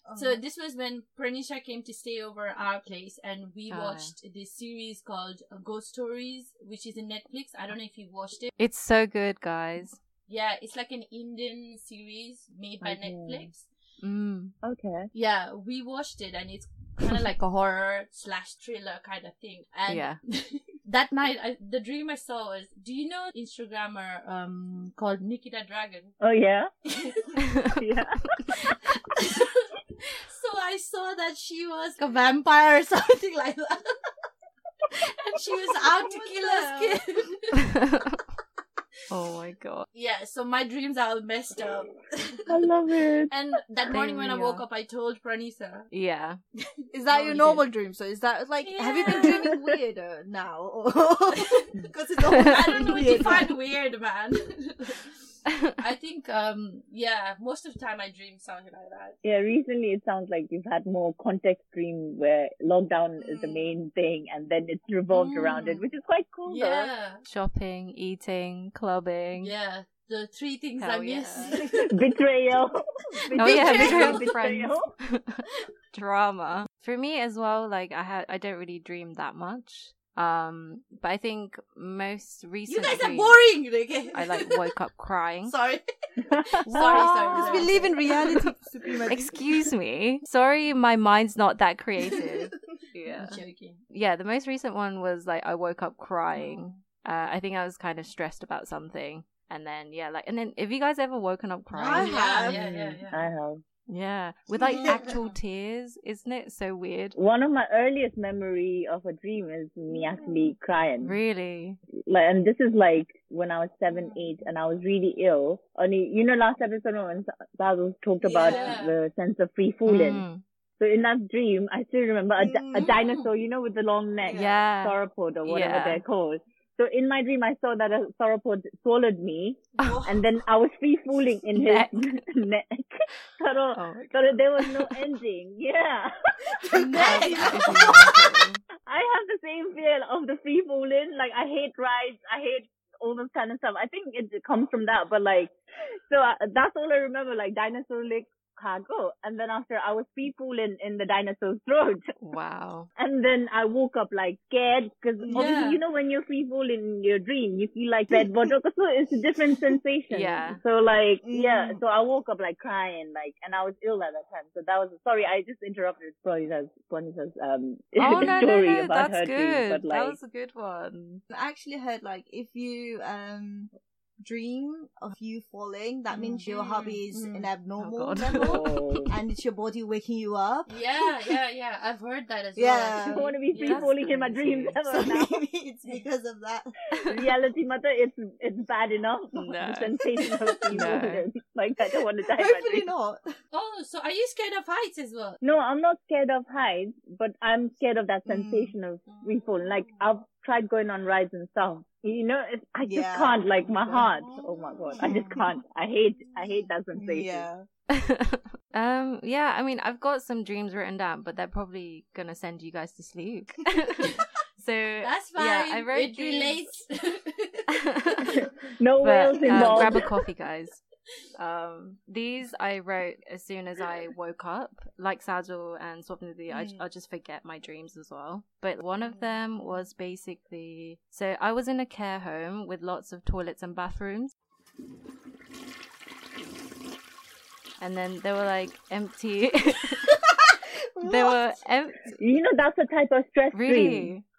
[SPEAKER 6] Um,
[SPEAKER 3] so this was when Pranisha came to stay over at our place, and we
[SPEAKER 2] Ah.
[SPEAKER 3] watched this series called uh, Ghost Stories, which is in Netflix. I don't know if you watched it.
[SPEAKER 2] It's so good, guys.
[SPEAKER 3] Yeah, it's like an Indian series made by
[SPEAKER 5] Okay.
[SPEAKER 3] Netflix.
[SPEAKER 2] Mm.
[SPEAKER 5] Okay.
[SPEAKER 3] Yeah, we watched it, and it's kind of like a horror slash thriller kind of thing. And
[SPEAKER 2] Yeah.
[SPEAKER 3] that night, I, the dream I saw was, do you know Instagrammer um called Nikita Dragon?
[SPEAKER 5] Oh yeah. Yeah.
[SPEAKER 3] so I saw that she was a vampire or something like that. and she was out to kill us kid.
[SPEAKER 2] oh my god.
[SPEAKER 3] yeah, so my dreams are all messed up.
[SPEAKER 5] I love it.
[SPEAKER 3] and that morning when I
[SPEAKER 2] really
[SPEAKER 3] woke
[SPEAKER 2] are.
[SPEAKER 3] up, I told Pranisa.
[SPEAKER 2] Yeah.
[SPEAKER 6] Is that
[SPEAKER 3] Oh,
[SPEAKER 6] your
[SPEAKER 3] you
[SPEAKER 6] normal dream? So is that like have you been
[SPEAKER 3] Yeah.
[SPEAKER 6] dreaming weirder now? Or because it's all
[SPEAKER 3] I don't know what you
[SPEAKER 6] weird.
[SPEAKER 3] find weird, man. I think, um, yeah, most of the time I dream something like that.
[SPEAKER 5] Yeah, recently it sounds like you've had more context dream where lockdown is the main thing and then it's revolved around it,
[SPEAKER 3] Mm.
[SPEAKER 5] which is quite cool
[SPEAKER 3] Yeah,
[SPEAKER 2] Shopping, eating, clubbing.
[SPEAKER 3] yeah, the three things I
[SPEAKER 2] Hell
[SPEAKER 3] miss.
[SPEAKER 2] yeah.
[SPEAKER 5] though. Betrayal.
[SPEAKER 2] Oh yeah,
[SPEAKER 5] Betrayal.
[SPEAKER 2] betrayal of friends. Drama. For me as well, like I had I don't really dream that much. Um but I think most recent
[SPEAKER 3] you guys are
[SPEAKER 2] dreams,
[SPEAKER 3] boring, Ricky.
[SPEAKER 2] I like woke up crying.
[SPEAKER 3] Sorry. sorry,
[SPEAKER 2] Wow.
[SPEAKER 3] sorry.
[SPEAKER 6] Because
[SPEAKER 3] sorry.
[SPEAKER 6] we live in reality, Suprema.
[SPEAKER 2] Excuse me. Sorry, my mind's not that creative. yeah.
[SPEAKER 3] I'm joking.
[SPEAKER 2] Yeah, the most recent one was like I woke up crying.
[SPEAKER 5] Oh.
[SPEAKER 2] Uh, I think I was kind of stressed about something. And then yeah, like and then have you guys ever woken up
[SPEAKER 6] I
[SPEAKER 2] crying?
[SPEAKER 3] Yeah,
[SPEAKER 6] have.
[SPEAKER 3] yeah, yeah, yeah.
[SPEAKER 5] I have.
[SPEAKER 2] Yeah. With like
[SPEAKER 6] Yeah.
[SPEAKER 2] actual tears, isn't it so weird?
[SPEAKER 5] One of my earliest memory of a dream is me actually crying.
[SPEAKER 2] Really?
[SPEAKER 5] like, and this is like when I was seven, eight, and I was really ill. Only you know, last episode when Basil talked about
[SPEAKER 3] Yeah.
[SPEAKER 5] the sense of free fooling.
[SPEAKER 2] Mm.
[SPEAKER 5] So in that dream, I still remember a, di- a
[SPEAKER 6] Mm.
[SPEAKER 5] dinosaur, you know, with the long neck,
[SPEAKER 2] Yeah.
[SPEAKER 5] sauropod or whatever
[SPEAKER 2] Yeah.
[SPEAKER 5] they're called. So in my dream, I saw that a sauropod swallowed me, and then I was free fooling in his
[SPEAKER 2] Oh. Neck.
[SPEAKER 5] neck. so,
[SPEAKER 2] Oh my
[SPEAKER 5] so there was no ending. Yeah,
[SPEAKER 2] Oh,
[SPEAKER 5] I have the same fear of the free fooling. Like I hate rides, I hate all this kind of stuff. I think it comes from that, but like, so I, that's all I remember. Like dinosaur lick cargo, and then after I was free fooling in the dinosaur's throat.
[SPEAKER 2] wow.
[SPEAKER 5] And then I woke up like scared because
[SPEAKER 3] Yeah.
[SPEAKER 5] obviously you know when you're free fall in your dream you feel like bed bottle so it's a different sensation.
[SPEAKER 2] Yeah.
[SPEAKER 5] So like yeah,
[SPEAKER 6] Mm.
[SPEAKER 5] so I woke up like crying like and I was ill at that time. So that was sorry I just interrupted Bonnie's Bonnie's um
[SPEAKER 2] Oh no, no,
[SPEAKER 5] story
[SPEAKER 2] no,
[SPEAKER 5] about her
[SPEAKER 2] that's
[SPEAKER 5] dream,
[SPEAKER 2] good.
[SPEAKER 5] but like
[SPEAKER 2] That was a good one.
[SPEAKER 6] I actually heard like if you um dream of you falling, that means your
[SPEAKER 3] Mm,
[SPEAKER 6] hobby is
[SPEAKER 3] mm.
[SPEAKER 6] an
[SPEAKER 2] Oh,
[SPEAKER 6] abnormal
[SPEAKER 2] God.
[SPEAKER 6] level,
[SPEAKER 5] Oh.
[SPEAKER 6] and it's your body waking you up.
[SPEAKER 2] Mm.
[SPEAKER 3] Yeah, yeah, yeah. I've heard that as
[SPEAKER 6] Yeah.
[SPEAKER 2] uh,
[SPEAKER 3] well.
[SPEAKER 5] I
[SPEAKER 3] actually.
[SPEAKER 5] don't want to be free
[SPEAKER 3] Yeah.
[SPEAKER 5] falling in my dreams
[SPEAKER 6] So
[SPEAKER 5] ever now.
[SPEAKER 6] maybe it's because of that.
[SPEAKER 5] Oh. Reality, mother, it's it's bad enough.
[SPEAKER 2] No.
[SPEAKER 5] The sensation of free
[SPEAKER 2] No.
[SPEAKER 5] falling. Like I don't want to die. in my
[SPEAKER 6] Hopefully
[SPEAKER 5] dreams.
[SPEAKER 6] not.
[SPEAKER 3] Oh, so are you scared of heights as well?
[SPEAKER 5] No, I'm not scared of heights, but I'm scared of
[SPEAKER 6] Mm.
[SPEAKER 5] that sensation of free falling. Like I've tried going on rides and stuff. You know, it, I just
[SPEAKER 6] Yeah.
[SPEAKER 5] can't. Like my heart. Oh my god, I just can't. I hate. I hate that sensation.
[SPEAKER 6] Yeah.
[SPEAKER 2] um, yeah, I mean, I've got some dreams written down, but they're probably gonna send you guys to sleep. so
[SPEAKER 3] That's fine.
[SPEAKER 2] yeah, I wrote
[SPEAKER 3] it
[SPEAKER 2] dreams.
[SPEAKER 3] relates.
[SPEAKER 5] No whales
[SPEAKER 2] but, uh,
[SPEAKER 5] involved.
[SPEAKER 2] grab a coffee, guys. Um, these I wrote as soon as I woke up. Like Sajal and Swapnidhi, I,
[SPEAKER 6] Mm.
[SPEAKER 2] I just forget my dreams as well. But one
[SPEAKER 5] Mm.
[SPEAKER 2] of them was basically so I was in a care home with lots of toilets and bathrooms. And then they were like empty. they were empty.
[SPEAKER 5] you know, that's the type of stress dream.
[SPEAKER 2] Really?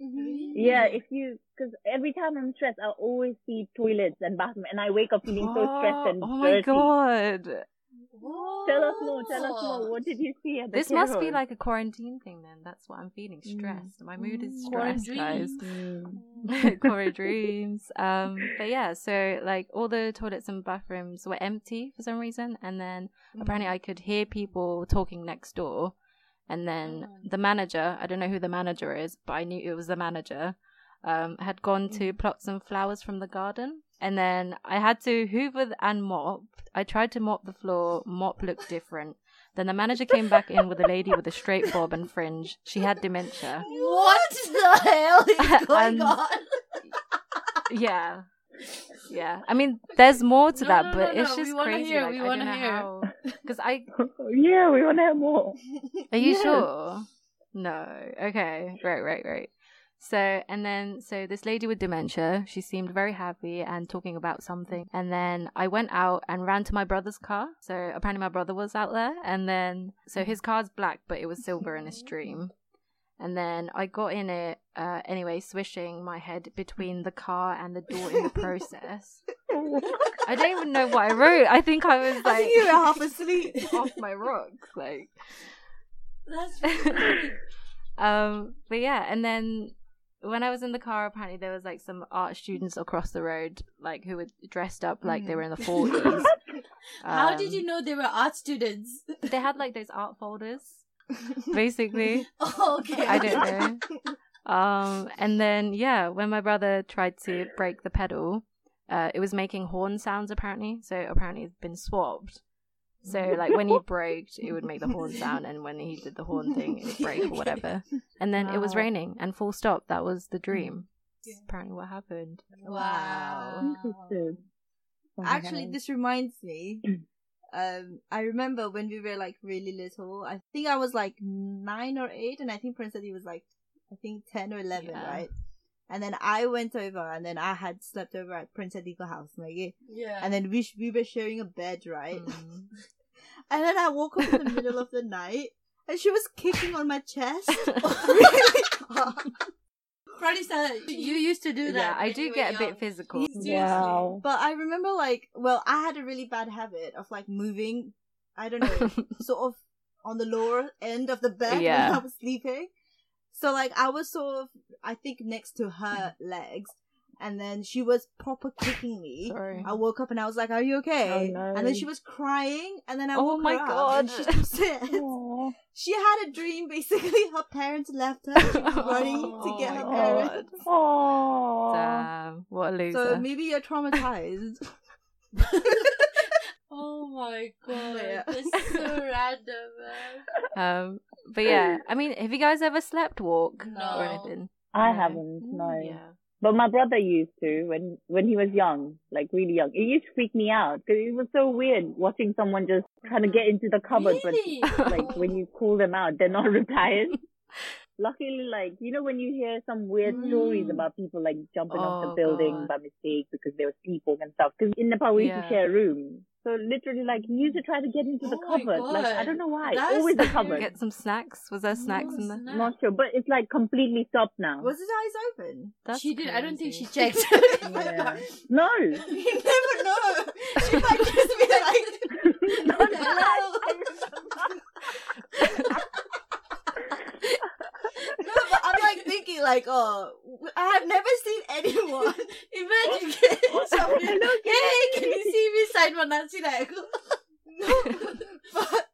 [SPEAKER 5] Yeah, if you, because every time I'm stressed, I always see toilets and bathroom, and I wake up feeling so stressed and
[SPEAKER 2] oh my
[SPEAKER 5] dirty.
[SPEAKER 2] god.
[SPEAKER 5] Tell us more. Tell us more. What did you see at the
[SPEAKER 2] This must be
[SPEAKER 5] Carol?
[SPEAKER 2] like a quarantine thing then. That's what I'm feeling. Stressed. My mood is stressed,
[SPEAKER 3] Quarantine.
[SPEAKER 2] guys.
[SPEAKER 5] Mm.
[SPEAKER 2] Corey dreams. Um, but yeah, so like all the toilets and bathrooms were empty for some reason, and then apparently I could hear people talking next door, and then
[SPEAKER 3] Oh.
[SPEAKER 2] the manager. I don't know who the manager is, but I knew it was the manager. Um, had gone to
[SPEAKER 3] Mm.
[SPEAKER 2] pluck some flowers from the garden, and then I had to hoover and mop. I tried to mop the floor. Mop looked different. Then the manager came back in with a lady with a straight bob and fringe. She had dementia.
[SPEAKER 3] What the hell is going
[SPEAKER 2] And-
[SPEAKER 3] on?
[SPEAKER 2] yeah yeah i mean there's more to
[SPEAKER 3] No,
[SPEAKER 2] that
[SPEAKER 3] no,
[SPEAKER 2] but
[SPEAKER 3] no,
[SPEAKER 2] it's
[SPEAKER 3] no,
[SPEAKER 2] just
[SPEAKER 3] we wanna
[SPEAKER 2] crazy
[SPEAKER 3] hear,
[SPEAKER 2] like,
[SPEAKER 3] we
[SPEAKER 2] i don't
[SPEAKER 3] wanna
[SPEAKER 2] know
[SPEAKER 3] hear.
[SPEAKER 2] how because i
[SPEAKER 5] yeah, we want to have more.
[SPEAKER 2] are you
[SPEAKER 5] Yes.
[SPEAKER 2] sure no okay right right right so and then so this lady with dementia she seemed very happy and talking about something and then i went out and ran to my brother's car so apparently my brother was out there and then so his car's black but it was silver in his dream and then I got in it uh, anyway, swishing my head between the car and the door in the process. I don't even know what I wrote. I think I was like Oh
[SPEAKER 6] I think you were half asleep.
[SPEAKER 2] off my rocks, like.
[SPEAKER 3] That's really
[SPEAKER 2] um, but yeah, and then when I was in the car, apparently there was like some art students across the road, like who were dressed up like they were in the forties.
[SPEAKER 3] How
[SPEAKER 2] Um,
[SPEAKER 3] did you know they were art students?
[SPEAKER 2] They had like those art folders, basically.
[SPEAKER 3] okay.
[SPEAKER 2] I don't know. Um, and then yeah, when my brother tried to break the pedal, uh, it was making horn sounds apparently. So apparently it's been swapped. So like when he braked, it would make the horn sound, and when he did the horn thing, it would break or whatever. And then it was
[SPEAKER 3] Wow.
[SPEAKER 2] raining, and full stop. That was the dream. That's Apparently, what happened?
[SPEAKER 3] Wow.
[SPEAKER 5] Interesting. Oh my
[SPEAKER 6] Actually,
[SPEAKER 5] God.
[SPEAKER 6] this reminds me. Um, I remember when we were like really little. I think I was like nine or eight, and I think Prince Eddie was like, I think ten or eleven,
[SPEAKER 2] Yeah.
[SPEAKER 6] right? And then I went over, and then I had slept over at Prince Ediko house, like, eh,
[SPEAKER 3] Yeah.
[SPEAKER 6] and then we sh- we were sharing a bed, right?
[SPEAKER 2] Mm.
[SPEAKER 6] And then I woke up in the middle of the night, and she was kicking on my chest, really hard.
[SPEAKER 3] Pranisa, you used to do that.
[SPEAKER 2] yeah, I
[SPEAKER 3] when you
[SPEAKER 2] do
[SPEAKER 3] were
[SPEAKER 2] get a
[SPEAKER 3] young.
[SPEAKER 2] bit physical.
[SPEAKER 3] Seriously.
[SPEAKER 5] Wow.
[SPEAKER 6] But I remember like, well, I had a really bad habit of like moving, I don't know, sort of on the lower end of the bed
[SPEAKER 2] Yeah.
[SPEAKER 6] when I was sleeping. So like I was sort of, I think next to her legs, and then she was proper kicking me.
[SPEAKER 2] Sorry.
[SPEAKER 6] I woke up and I was like, "Are you okay?"
[SPEAKER 5] Oh, no.
[SPEAKER 6] And then she was crying, and then I
[SPEAKER 2] Oh
[SPEAKER 6] woke
[SPEAKER 2] my
[SPEAKER 6] her up, and
[SPEAKER 2] God.
[SPEAKER 6] she's upstairs.
[SPEAKER 5] Aw.
[SPEAKER 6] She had a dream. Basically, her parents left her. She was running to
[SPEAKER 2] Oh
[SPEAKER 6] get
[SPEAKER 2] my
[SPEAKER 6] her
[SPEAKER 2] God.
[SPEAKER 6] parents.
[SPEAKER 5] Aw.
[SPEAKER 2] Damn, what a loser!
[SPEAKER 6] So maybe you're traumatized.
[SPEAKER 3] Oh my god.
[SPEAKER 6] Yeah.
[SPEAKER 3] That's so random, man.
[SPEAKER 2] Um, but yeah, I mean, have you guys ever slept walk
[SPEAKER 3] No.
[SPEAKER 2] or anything?
[SPEAKER 5] I
[SPEAKER 2] No.
[SPEAKER 5] haven't.
[SPEAKER 3] Mm,
[SPEAKER 5] No.
[SPEAKER 2] Mm. Yeah.
[SPEAKER 5] But my brother used to when when he was young, like really young. It used to freak me out because it was so weird watching someone just trying to get into the cupboard,
[SPEAKER 3] Really? Oh,
[SPEAKER 5] but like when you call them out, they're not replying. Luckily, like you know, when you hear some weird stories about people like jumping off
[SPEAKER 2] Oh,
[SPEAKER 5] the building
[SPEAKER 2] God.
[SPEAKER 5] by mistake because they were sleepwalking and stuff. Because in Nepal we used
[SPEAKER 2] Yeah.
[SPEAKER 5] to share a room, so So literally, like he used to try to get into the
[SPEAKER 3] Oh my
[SPEAKER 5] cupboard. Like I
[SPEAKER 3] God.
[SPEAKER 5] don't know why,
[SPEAKER 3] That's
[SPEAKER 5] always the
[SPEAKER 3] weird.
[SPEAKER 5] cupboard.
[SPEAKER 2] Get some snacks. Was there snacks in there?
[SPEAKER 3] Snacks.
[SPEAKER 5] Not sure, but it's like completely stopped now.
[SPEAKER 6] Was his eyes open?
[SPEAKER 2] That's
[SPEAKER 3] she did. I don't think
[SPEAKER 2] crazy.
[SPEAKER 3] she checked.
[SPEAKER 5] Yeah. No,
[SPEAKER 6] You never know. She might just be like,
[SPEAKER 5] Not like-
[SPEAKER 6] no, but I'm like thinking like, oh, I have never seen anyone.
[SPEAKER 3] Imagine getting somebody. Hey, can you see me sign for Nancy Nago?
[SPEAKER 6] but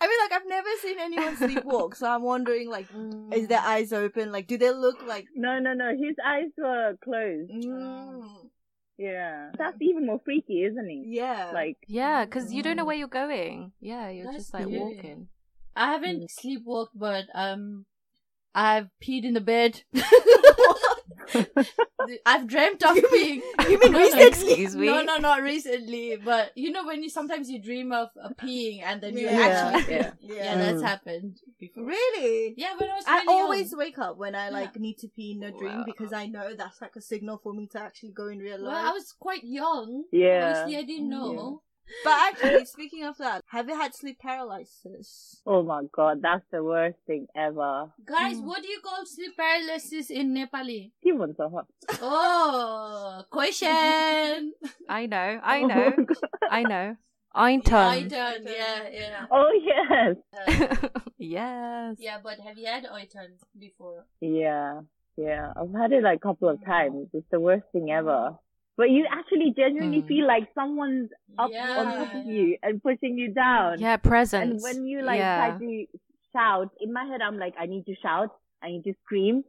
[SPEAKER 6] I mean, like, I've never seen anyone sleepwalk, so I'm wondering, like,
[SPEAKER 3] Mm.
[SPEAKER 6] is their eyes open? Like, do they look like?
[SPEAKER 5] no, no, no. His eyes were closed.
[SPEAKER 6] Mm,
[SPEAKER 5] Yeah, that's even more freaky, isn't it?
[SPEAKER 6] yeah.
[SPEAKER 5] Like
[SPEAKER 2] Yeah, because you don't know where you're going. Yeah, you're
[SPEAKER 3] Mm. That's
[SPEAKER 2] just like
[SPEAKER 3] weird.
[SPEAKER 2] walking.
[SPEAKER 3] I
[SPEAKER 5] Mm.
[SPEAKER 3] haven't sleepwalked, but um, I've peed in the bed. I've dreamt of peeing.
[SPEAKER 6] you mean
[SPEAKER 3] No, no.
[SPEAKER 6] recently?
[SPEAKER 2] Excuse me.
[SPEAKER 3] No, no, not recently. But you know when you sometimes you dream of uh, peeing and then you
[SPEAKER 6] Yeah.
[SPEAKER 3] actually pee.
[SPEAKER 5] yeah.
[SPEAKER 3] Yeah,
[SPEAKER 6] Yeah.
[SPEAKER 5] Mm.
[SPEAKER 3] that's happened before.
[SPEAKER 6] Really? um,
[SPEAKER 3] Yeah, when I was
[SPEAKER 6] I
[SPEAKER 3] really
[SPEAKER 6] always
[SPEAKER 3] young.
[SPEAKER 6] wake up when I like need to pee in a dream
[SPEAKER 2] Wow.
[SPEAKER 6] because I know that's like a signal for me to actually go in real life.
[SPEAKER 3] Well, I was quite young.
[SPEAKER 5] Yeah.
[SPEAKER 3] Honestly, I didn't know.
[SPEAKER 6] But actually, speaking of that, have you had sleep paralysis?
[SPEAKER 5] Oh my god, that's the worst thing ever.
[SPEAKER 3] Guys,
[SPEAKER 6] Hmm.
[SPEAKER 3] what do you call sleep paralysis in Nepali?
[SPEAKER 5] He wants a hot.
[SPEAKER 3] Oh, question.
[SPEAKER 2] I know,
[SPEAKER 5] Oh
[SPEAKER 2] I know, I know. Ein
[SPEAKER 3] I
[SPEAKER 2] ton.
[SPEAKER 3] done. Yeah, yeah.
[SPEAKER 5] Oh yes.
[SPEAKER 2] yes.
[SPEAKER 3] Yeah, but have you had oitan before?
[SPEAKER 5] Yeah, yeah. I've had it like a couple of times. It's the worst thing ever. But you actually genuinely
[SPEAKER 2] Mm.
[SPEAKER 5] feel like someone's up on
[SPEAKER 3] Yeah,
[SPEAKER 5] top of
[SPEAKER 3] yeah.
[SPEAKER 5] you and pushing you down.
[SPEAKER 2] Yeah,
[SPEAKER 5] And
[SPEAKER 2] presents.
[SPEAKER 5] when you like
[SPEAKER 2] yeah.
[SPEAKER 5] try to shout, in my head I'm like, I need to shout, I need to scream,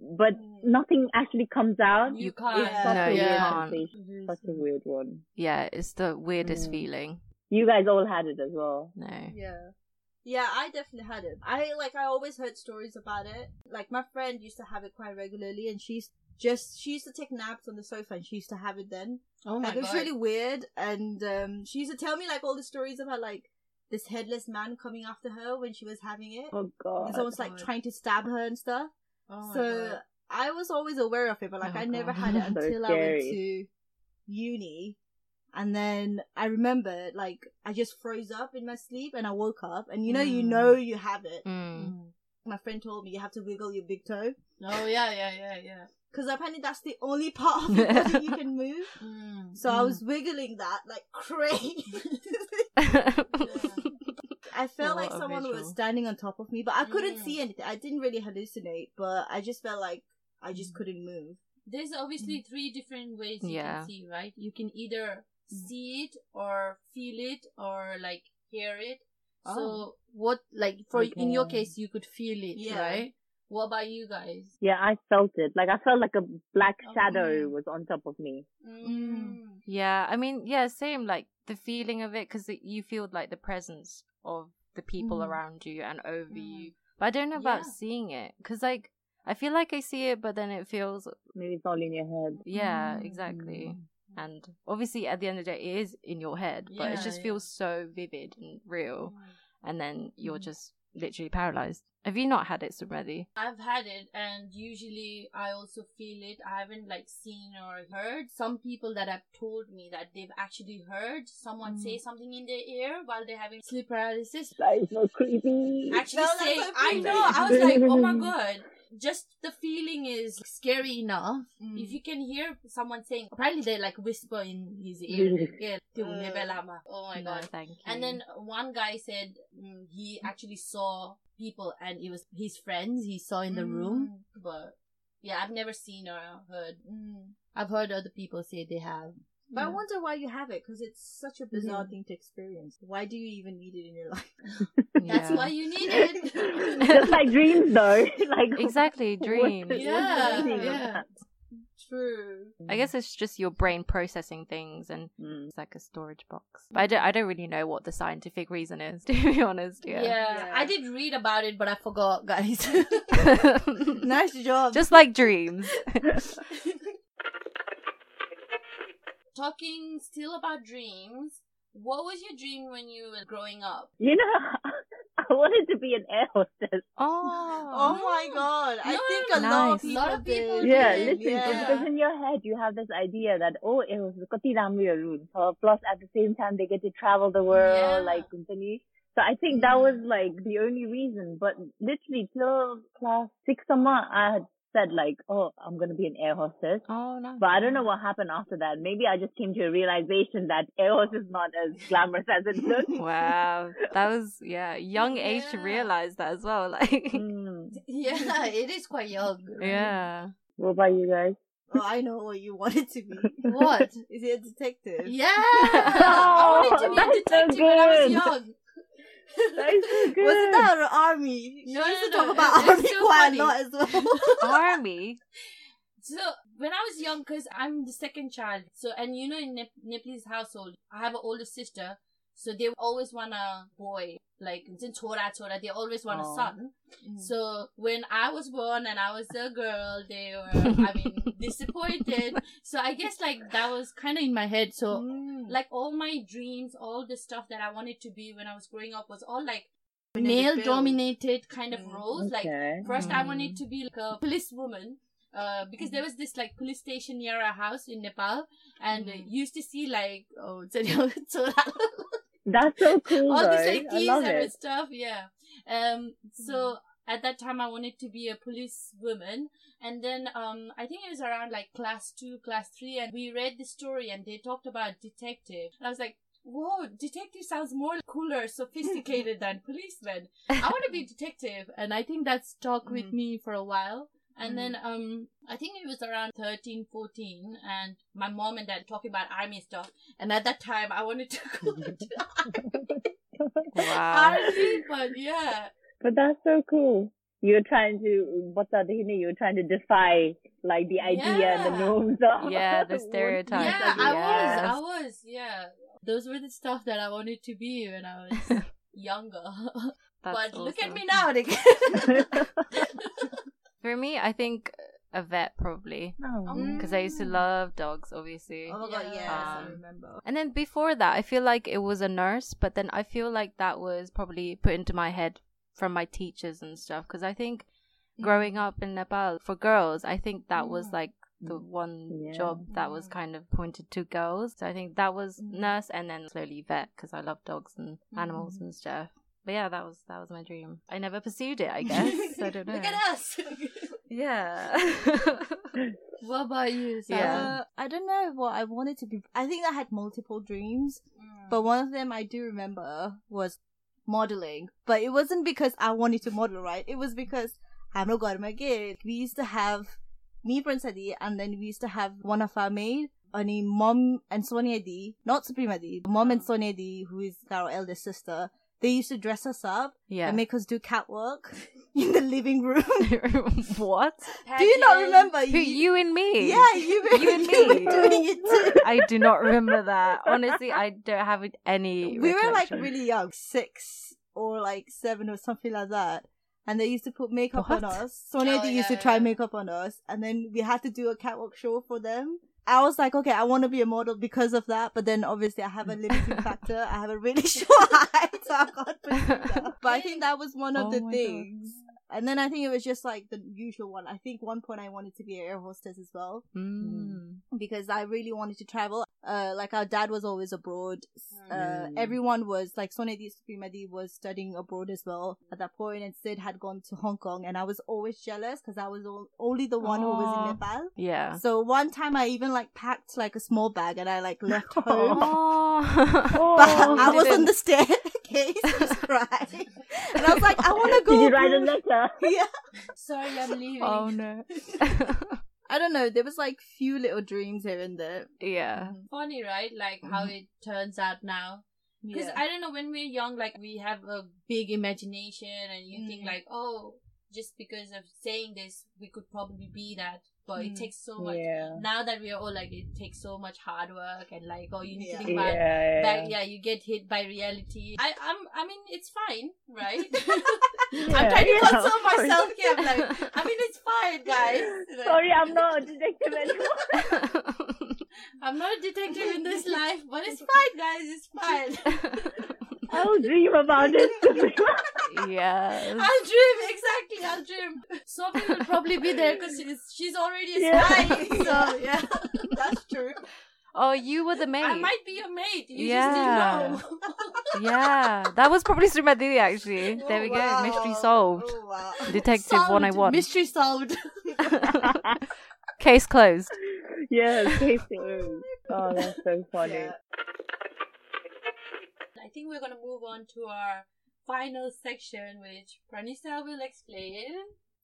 [SPEAKER 5] but nothing actually comes out.
[SPEAKER 3] Mm. You
[SPEAKER 5] It's
[SPEAKER 3] can't.
[SPEAKER 5] such
[SPEAKER 2] No,
[SPEAKER 5] a
[SPEAKER 2] you
[SPEAKER 5] weird
[SPEAKER 2] can't.
[SPEAKER 5] sensation. Such a weird one.
[SPEAKER 2] yeah, it's the weirdest
[SPEAKER 5] Mm.
[SPEAKER 2] feeling.
[SPEAKER 5] You guys all had it as well.
[SPEAKER 2] No.
[SPEAKER 6] Yeah. Yeah, I definitely had it. I like I always heard stories about it. Like my friend used to have it quite regularly and she's just she used to take naps on the sofa and she used to have it then.
[SPEAKER 3] Oh
[SPEAKER 6] like it was really weird and um she used to tell me like all the stories about like this headless man coming after her when she was having it.
[SPEAKER 5] Oh
[SPEAKER 6] it's
[SPEAKER 5] god.
[SPEAKER 6] almost like
[SPEAKER 3] God.
[SPEAKER 6] trying to stab her and stuff.
[SPEAKER 3] Oh my
[SPEAKER 6] so
[SPEAKER 3] God.
[SPEAKER 6] I was always aware of it, but like
[SPEAKER 2] Oh
[SPEAKER 6] I never
[SPEAKER 2] God.
[SPEAKER 6] had it
[SPEAKER 5] So
[SPEAKER 6] until I went
[SPEAKER 5] scary.
[SPEAKER 6] to uni. And then I remember, like, I just froze up in my sleep and I woke up. And you know, you
[SPEAKER 3] Mm.
[SPEAKER 6] know you have it.
[SPEAKER 2] Mm.
[SPEAKER 6] My friend told me you have to wiggle your big toe.
[SPEAKER 3] Oh yeah, yeah, yeah, yeah.
[SPEAKER 6] Because apparently that's the only part of your body that you can move.
[SPEAKER 3] Mm.
[SPEAKER 6] So I was wiggling that like crazy. I felt like
[SPEAKER 2] What a
[SPEAKER 6] someone was
[SPEAKER 2] visual.
[SPEAKER 6] standing on top of me, but I couldn't
[SPEAKER 3] Mm.
[SPEAKER 6] see anything. I didn't really hallucinate, but I just felt like I just couldn't move.
[SPEAKER 3] There's obviously three different ways you
[SPEAKER 2] Yeah.
[SPEAKER 3] can see, right? You can either see it or feel it or like hear it.
[SPEAKER 2] Oh.
[SPEAKER 3] So what, like for in your
[SPEAKER 5] Okay.
[SPEAKER 3] case, you could feel it,
[SPEAKER 6] Yeah.
[SPEAKER 3] right? What about you guys?
[SPEAKER 5] Yeah, I felt it. Like I felt like a black
[SPEAKER 3] Oh,
[SPEAKER 5] shadow
[SPEAKER 3] mm.
[SPEAKER 5] was on top of me.
[SPEAKER 3] Mm.
[SPEAKER 2] Yeah, I mean, yeah, same. Like the feeling of it, because you feel like the presence of the people
[SPEAKER 3] Mhm.
[SPEAKER 2] around you and over
[SPEAKER 3] Mhm.
[SPEAKER 2] you. But I don't know about
[SPEAKER 3] Yeah.
[SPEAKER 2] seeing it, because like I feel like I see it, but then it feels
[SPEAKER 5] Maybe it's all in your head.
[SPEAKER 2] yeah, exactly. And obviously, at the end of the day, it is in your head, but
[SPEAKER 3] Yeah,
[SPEAKER 2] it just
[SPEAKER 3] yeah.
[SPEAKER 2] feels so vivid and real. And then you're just literally paralyzed. Have you not had it, Sumredi?
[SPEAKER 3] I've had it, and usually I also feel it. I haven't like seen or heard. Some people that have told me that they've actually heard someone say something in their ear while they're having sleep paralysis.
[SPEAKER 5] That is so creepy.
[SPEAKER 3] Actually,
[SPEAKER 6] No, that's
[SPEAKER 3] say,
[SPEAKER 6] so
[SPEAKER 3] I
[SPEAKER 6] creepy.
[SPEAKER 3] know. I was like, oh my god. Just the feeling is scary enough. If you can hear someone saying, apparently they like whisper in his ear. Yeah. "Tumne belama." Mm. Uh, Oh my
[SPEAKER 2] no,
[SPEAKER 3] god.
[SPEAKER 2] thank you.
[SPEAKER 3] And then one guy said mm, he actually saw people, and it was his friends he saw in the room. But yeah, I've never seen or heard. mm, I've heard other people say they have.
[SPEAKER 6] But I
[SPEAKER 3] Yeah.
[SPEAKER 6] wonder why you have it because it's such a bizarre thing to experience. Why do you even need it in your life?
[SPEAKER 3] That's
[SPEAKER 2] Yeah.
[SPEAKER 3] why you need it.
[SPEAKER 5] Just like dreams, though. like
[SPEAKER 2] exactly
[SPEAKER 5] what-
[SPEAKER 2] dreams.
[SPEAKER 5] what's the
[SPEAKER 3] Yeah,
[SPEAKER 5] meaning of
[SPEAKER 3] yeah.
[SPEAKER 5] that?
[SPEAKER 6] True.
[SPEAKER 2] I guess it's just your brain processing things and
[SPEAKER 5] Mm.
[SPEAKER 2] it's like a storage box. But I don't I don't really know what the scientific reason is, to be honest.
[SPEAKER 3] Yeah.
[SPEAKER 2] Yeah.
[SPEAKER 3] I did read about it, but I forgot, guys.
[SPEAKER 6] Nice job.
[SPEAKER 2] just like dreams.
[SPEAKER 3] Talking still about dreams, what was your dream when you were growing up?
[SPEAKER 5] You know, I wanted to be an air hostess.
[SPEAKER 2] Oh.
[SPEAKER 6] Oh my god! I
[SPEAKER 3] No,
[SPEAKER 6] think
[SPEAKER 2] no,
[SPEAKER 6] a
[SPEAKER 2] no.
[SPEAKER 6] lot
[SPEAKER 2] Nice.
[SPEAKER 6] of people,
[SPEAKER 3] Lot of people
[SPEAKER 6] did.
[SPEAKER 3] did.
[SPEAKER 5] Yeah,
[SPEAKER 3] Yeah,
[SPEAKER 5] listen,
[SPEAKER 6] yeah.
[SPEAKER 5] it's because in your head you have this idea that oh, it was Kati Ramyaroon. So plus at the same time they get to travel the
[SPEAKER 3] Yeah.
[SPEAKER 5] world like Kuntani. So I think that
[SPEAKER 3] Yeah.
[SPEAKER 5] was like the only reason. But literally till class six or more, I had said like, oh, I'm gonna be an air hostess.
[SPEAKER 2] Oh no.
[SPEAKER 5] But I don't know what happened after that. Maybe I just came to a realization that air hostess is not as glamorous as it looks.
[SPEAKER 2] Wow, that was yeah, young age to
[SPEAKER 3] Yeah.
[SPEAKER 2] realize that as well. Like,
[SPEAKER 5] Mm.
[SPEAKER 3] Yeah, it is quite young. right?
[SPEAKER 2] yeah,
[SPEAKER 5] What about you guys?
[SPEAKER 6] Oh, I know what you wanted to be.
[SPEAKER 3] What?
[SPEAKER 6] Is it a detective?
[SPEAKER 3] Yeah. I wanted to be a
[SPEAKER 5] that's so
[SPEAKER 3] detective when I was
[SPEAKER 5] good.
[SPEAKER 3] young.
[SPEAKER 5] That is so good.
[SPEAKER 6] Was it that or army?
[SPEAKER 3] No,
[SPEAKER 6] she used
[SPEAKER 3] no,
[SPEAKER 6] to
[SPEAKER 3] no,
[SPEAKER 6] talk about
[SPEAKER 3] it's- it's
[SPEAKER 6] army
[SPEAKER 3] so
[SPEAKER 6] quite
[SPEAKER 3] funny.
[SPEAKER 6] a lot as well. Oh
[SPEAKER 2] army.
[SPEAKER 3] So when I was young, because I'm the second child, so and you know in Nep- Nepalese household, I have an older sister, so they always want a boy. Like since Chora Chora, they always want
[SPEAKER 5] Aw.
[SPEAKER 3] a son. So when I was born and I was a girl, they were I mean disappointed. So I guess like that was kind of in my head. So like all my dreams, all the stuff that I wanted to be when I was growing up was all like
[SPEAKER 6] in the
[SPEAKER 3] male
[SPEAKER 6] field.
[SPEAKER 3] dominated kind of
[SPEAKER 6] Mm,
[SPEAKER 3] roles. Like
[SPEAKER 5] okay.
[SPEAKER 3] First, I
[SPEAKER 2] Mm.
[SPEAKER 3] wanted to be like a policewoman. Uh, because there was this like police station near our house in Nepal, and uh,
[SPEAKER 6] Mm.
[SPEAKER 3] used to see like oh, all
[SPEAKER 5] That's so cool.
[SPEAKER 3] these
[SPEAKER 5] though.
[SPEAKER 3] like
[SPEAKER 5] I
[SPEAKER 3] thieves
[SPEAKER 5] love
[SPEAKER 3] and
[SPEAKER 5] it. Mm.
[SPEAKER 3] stuff. Yeah. Um. So at that time, I wanted to be a policewoman, and then um, I think it was around like class two, class three, and we read the story, and they talked about detective, and I was like, whoa, detective sounds more cooler, sophisticated than policeman. I want to be a detective, and I think that stuck with
[SPEAKER 6] Mhm.
[SPEAKER 5] Mm.
[SPEAKER 3] me for a while. And then, um, I think it was around 13, 14, and my mom and dad talking about army stuff. And at that time, I wanted to go into
[SPEAKER 2] Wow.
[SPEAKER 6] Um,
[SPEAKER 3] army, but yeah,
[SPEAKER 5] But that's so cool. You're trying to what's that Hini? You're trying to defy like the idea and the
[SPEAKER 3] Yeah.
[SPEAKER 5] norms of
[SPEAKER 2] Yeah, the
[SPEAKER 5] what-
[SPEAKER 2] stereotypes.
[SPEAKER 3] yeah,
[SPEAKER 2] Type,
[SPEAKER 3] I
[SPEAKER 2] yes.
[SPEAKER 3] was, I was, yeah. Those were the stuff that I wanted to be when I was younger. but
[SPEAKER 2] That's
[SPEAKER 3] look at
[SPEAKER 2] awesome.
[SPEAKER 3] me now, again.
[SPEAKER 2] For me, I think a vet probably
[SPEAKER 5] Oh.
[SPEAKER 2] because I used
[SPEAKER 3] Mm.
[SPEAKER 2] to love dogs, obviously.
[SPEAKER 6] Oh my god,
[SPEAKER 3] Yeah.
[SPEAKER 6] yes, I
[SPEAKER 2] Um,
[SPEAKER 6] remember.
[SPEAKER 2] And then before that, I feel like it was a nurse, but then I feel like that was probably put into my head from my teachers and stuff. Because I think growing up in Nepal for girls, I think that was
[SPEAKER 3] Mm.
[SPEAKER 2] like the one
[SPEAKER 5] Yeah.
[SPEAKER 2] job that was
[SPEAKER 3] Mm.
[SPEAKER 2] kind of pointed to girls. So I think that was
[SPEAKER 3] Mm.
[SPEAKER 2] nurse and then slowly vet because I love dogs and animals
[SPEAKER 3] Mhm.
[SPEAKER 2] and stuff. But yeah, that was that was my dream. I never pursued it, I guess. I don't know.
[SPEAKER 3] Look at us.
[SPEAKER 2] Yeah.
[SPEAKER 3] what about you?
[SPEAKER 2] Yeah.
[SPEAKER 3] Sarah?
[SPEAKER 6] Uh, I don't know what I wanted to be. I think I had multiple dreams,
[SPEAKER 2] Mm.
[SPEAKER 6] but one of them I do remember was modeling. But it wasn't because I wanted to model, right? It was because हाम्रो घरमा के we used to have me Prinsadi and then we used to have one of our maid अनि mom and Sonia Di, not Suprema Di, mom
[SPEAKER 2] Mm.
[SPEAKER 6] and Sonia Di, who is our eldest sister, they used to dress us up
[SPEAKER 2] yeah.
[SPEAKER 6] and make us do cat work in the living room.
[SPEAKER 2] what?
[SPEAKER 6] do you not
[SPEAKER 3] Pageant.
[SPEAKER 6] remember?
[SPEAKER 2] Who you and me?
[SPEAKER 6] Yeah, you,
[SPEAKER 2] You and
[SPEAKER 6] you were
[SPEAKER 2] me.
[SPEAKER 6] doing it too.
[SPEAKER 2] I do not remember that. Honestly, I don't have any.
[SPEAKER 6] we were like
[SPEAKER 2] recollection.
[SPEAKER 6] really young, six or like seven or something like that. And they used to put makeup on
[SPEAKER 2] What?
[SPEAKER 6] us. Sonia
[SPEAKER 3] Oh,
[SPEAKER 6] they used
[SPEAKER 3] yeah,
[SPEAKER 6] to try
[SPEAKER 3] yeah.
[SPEAKER 6] makeup on us, and then we had to do a catwalk show for them. I was like, okay, I want to be a model because of that, but then obviously I have a limiting factor. I have a really short height, so I can't pursue that. But I think that was one of
[SPEAKER 2] Oh
[SPEAKER 6] the
[SPEAKER 2] my God.
[SPEAKER 6] things. And then I think it was just like the usual one. I think one point I wanted to be an air hostess as well
[SPEAKER 2] Mm.
[SPEAKER 6] because I really wanted to travel. Uh, like our dad was always abroad. S- Uh,
[SPEAKER 5] Mm.
[SPEAKER 6] everyone was like Sonedi Suprimadi was studying abroad as well at that point, and Sid had gone to Hong Kong, and I was always jealous because I was o- only the one who was
[SPEAKER 2] Aw.
[SPEAKER 6] in Nepal.
[SPEAKER 2] Yeah.
[SPEAKER 6] So one time I even like packed like a small bag and I like left home.
[SPEAKER 2] Oh.
[SPEAKER 6] But
[SPEAKER 5] Oh.
[SPEAKER 6] I was on
[SPEAKER 2] Didn't-
[SPEAKER 6] the staircase just crying, and I was like, I want to go.
[SPEAKER 5] Did you write a
[SPEAKER 6] abroad.
[SPEAKER 5] letter?
[SPEAKER 6] Yeah,
[SPEAKER 3] Sorry, I'm leaving.
[SPEAKER 2] oh no.
[SPEAKER 6] I don't know. There was like few little dreams here and there.
[SPEAKER 2] yeah.
[SPEAKER 3] funny, right? Like how
[SPEAKER 6] Mm.
[SPEAKER 3] it turns out now. Because I don't know, when we're young, like we have a big imagination, and you think
[SPEAKER 6] Mm.
[SPEAKER 3] like, oh, just because of saying this, we could probably be that. But it
[SPEAKER 6] Mm.
[SPEAKER 3] takes so much.
[SPEAKER 5] Yeah.
[SPEAKER 3] Now that we are all like, it takes so much hard work, and like, oh, you need
[SPEAKER 6] Yeah.
[SPEAKER 3] to think about.
[SPEAKER 5] Yeah.
[SPEAKER 3] Back, yeah, you get hit by reality. I, I'm, I mean, it's fine, right?
[SPEAKER 5] Yeah,
[SPEAKER 3] I'm trying to
[SPEAKER 5] yeah,
[SPEAKER 3] console
[SPEAKER 5] of course.
[SPEAKER 3] myself here. I'm like, I mean, it's fine, guys. Like,
[SPEAKER 5] Sorry, I'm not a detective anymore.
[SPEAKER 3] I'm not a detective in this life, but it's fine, guys. It's fine.
[SPEAKER 5] I'll dream about it.
[SPEAKER 2] yes.
[SPEAKER 3] I'll dream exactly. I'll dream. Sophie will probably be there because she's she's already a
[SPEAKER 5] Yeah.
[SPEAKER 3] spy. So yeah,
[SPEAKER 6] That's true.
[SPEAKER 2] Oh, you were the maid.
[SPEAKER 3] I might be a mate. You
[SPEAKER 2] Yeah.
[SPEAKER 3] just didn't know.
[SPEAKER 2] Yeah, that was probably Srimadili actually.
[SPEAKER 6] Oh,
[SPEAKER 2] There we
[SPEAKER 6] wow.
[SPEAKER 2] go. Mystery solved.
[SPEAKER 6] Oh, wow.
[SPEAKER 2] Detective
[SPEAKER 1] Solved.
[SPEAKER 2] 101.
[SPEAKER 1] Mystery solved.
[SPEAKER 2] Case closed.
[SPEAKER 5] yes, case closed. Oh, that's so funny.
[SPEAKER 6] Yeah.
[SPEAKER 3] I think we're gonna move on to our final section, which Pranisa will explain.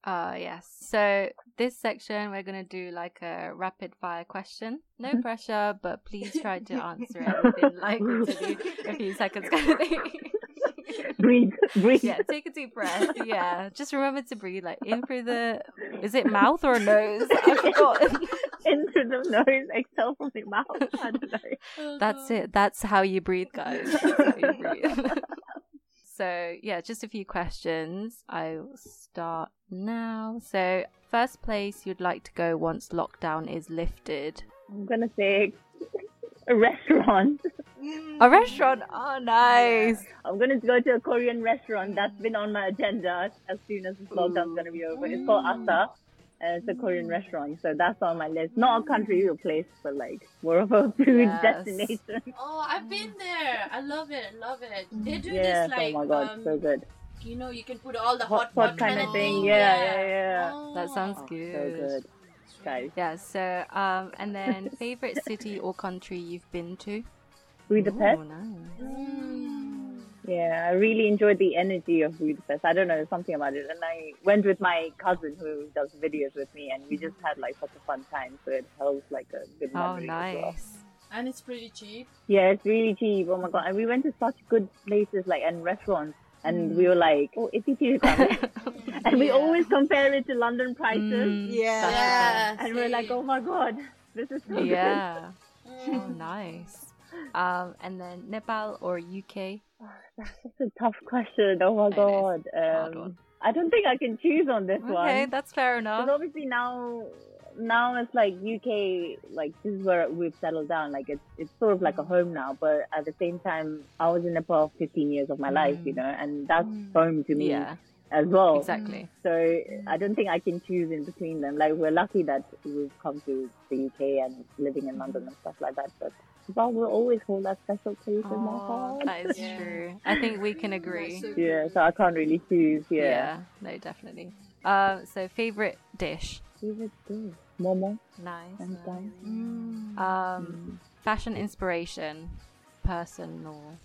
[SPEAKER 2] Ah, yes. So this section, we're going to do like a rapid fire question. No pressure, but please try to answer it within like literally a few seconds kind of thing.
[SPEAKER 5] Breathe, breathe.
[SPEAKER 2] yeah, take a deep breath. Yeah, just remember to breathe like in through the, is it mouth or nose? I forgot.
[SPEAKER 5] Into the nose, exhale from the mouth. I don't know.
[SPEAKER 3] Oh, God.
[SPEAKER 2] That's it. That's how you breathe, guys. That's how you breathe. so, yeah, just a few questions. I'll start now. So, first place you'd like to go once lockdown is lifted?
[SPEAKER 5] I'm gonna say a restaurant.
[SPEAKER 2] A restaurant. Oh, nice.
[SPEAKER 5] I'm gonna go to a Korean restaurant that's been on my agenda as soon as this lockdown's gonna be over. It's called Asa, and it's a Korean restaurant, so that's on my list. Not a country or place, but like more of a food
[SPEAKER 2] Yes.
[SPEAKER 5] destination.
[SPEAKER 3] Oh, I've been there. I love it. Love it. They do
[SPEAKER 5] Yes,
[SPEAKER 3] this like
[SPEAKER 5] oh my god,
[SPEAKER 3] um,
[SPEAKER 5] so good.
[SPEAKER 3] you know, you can put all the
[SPEAKER 5] Hot
[SPEAKER 3] hot,
[SPEAKER 5] pot
[SPEAKER 3] pot
[SPEAKER 5] kind
[SPEAKER 3] kinda
[SPEAKER 5] of thing. Yeah, yeah, yeah.
[SPEAKER 3] Oh.
[SPEAKER 2] That sounds
[SPEAKER 5] Oh,
[SPEAKER 2] good.
[SPEAKER 5] So good, guys.
[SPEAKER 2] Yeah, so, um, and then favorite city or country you've been to?
[SPEAKER 5] Budapest.
[SPEAKER 2] Oh, nice.
[SPEAKER 3] Mm.
[SPEAKER 5] Yeah, I really enjoyed the energy of Budapest. I don't know something about it, and I went with my cousin who does videos with me, and we just had like such a fun time. So it held like a good
[SPEAKER 2] Oh,
[SPEAKER 5] memory. As well.
[SPEAKER 2] nice.
[SPEAKER 3] And it's pretty cheap.
[SPEAKER 5] Yeah, it's really cheap. Oh my god! And we went to such good places like and restaurants, and
[SPEAKER 2] Mm.
[SPEAKER 5] we were like, oh, it's cheap, and we always compare it to London prices,
[SPEAKER 2] Mm,
[SPEAKER 6] Yeah.
[SPEAKER 3] Yeah.
[SPEAKER 5] and we're like, oh my god, this is so good.
[SPEAKER 2] yeah. Oh,
[SPEAKER 3] Mm.
[SPEAKER 2] nice. Um, and then Nepal or UK?
[SPEAKER 5] That's a tough question. Oh my
[SPEAKER 2] It
[SPEAKER 5] god.
[SPEAKER 2] is. Hard
[SPEAKER 5] Um,
[SPEAKER 2] one.
[SPEAKER 5] I don't think I can choose on this
[SPEAKER 2] Okay,
[SPEAKER 5] one.
[SPEAKER 2] that's fair enough.
[SPEAKER 5] Because obviously now, now it's like UK, like this is where we've settled down. Like it's it's sort of like a home now. But at the same time, I was in Nepal for 15 years of my life, you know, and that's home to me
[SPEAKER 2] Yeah,
[SPEAKER 5] as well.
[SPEAKER 2] exactly.
[SPEAKER 5] So I don't think I can choose in between them. Like we're lucky that we've come to the UK and living in London and stuff like that. But Nepal will always hold that special place in my
[SPEAKER 2] Oh,
[SPEAKER 5] heart.
[SPEAKER 2] that is
[SPEAKER 3] Yeah.
[SPEAKER 2] true. I think we can agree.
[SPEAKER 5] Yeah, so I can't really choose. Yeah.
[SPEAKER 2] Yeah, no, definitely. Um, so favorite dish.
[SPEAKER 5] Even this, Momo,
[SPEAKER 2] Nice.
[SPEAKER 5] and
[SPEAKER 2] nice.
[SPEAKER 5] Dai.
[SPEAKER 3] mm.
[SPEAKER 5] Mm.
[SPEAKER 2] Um, fashion inspiration, person or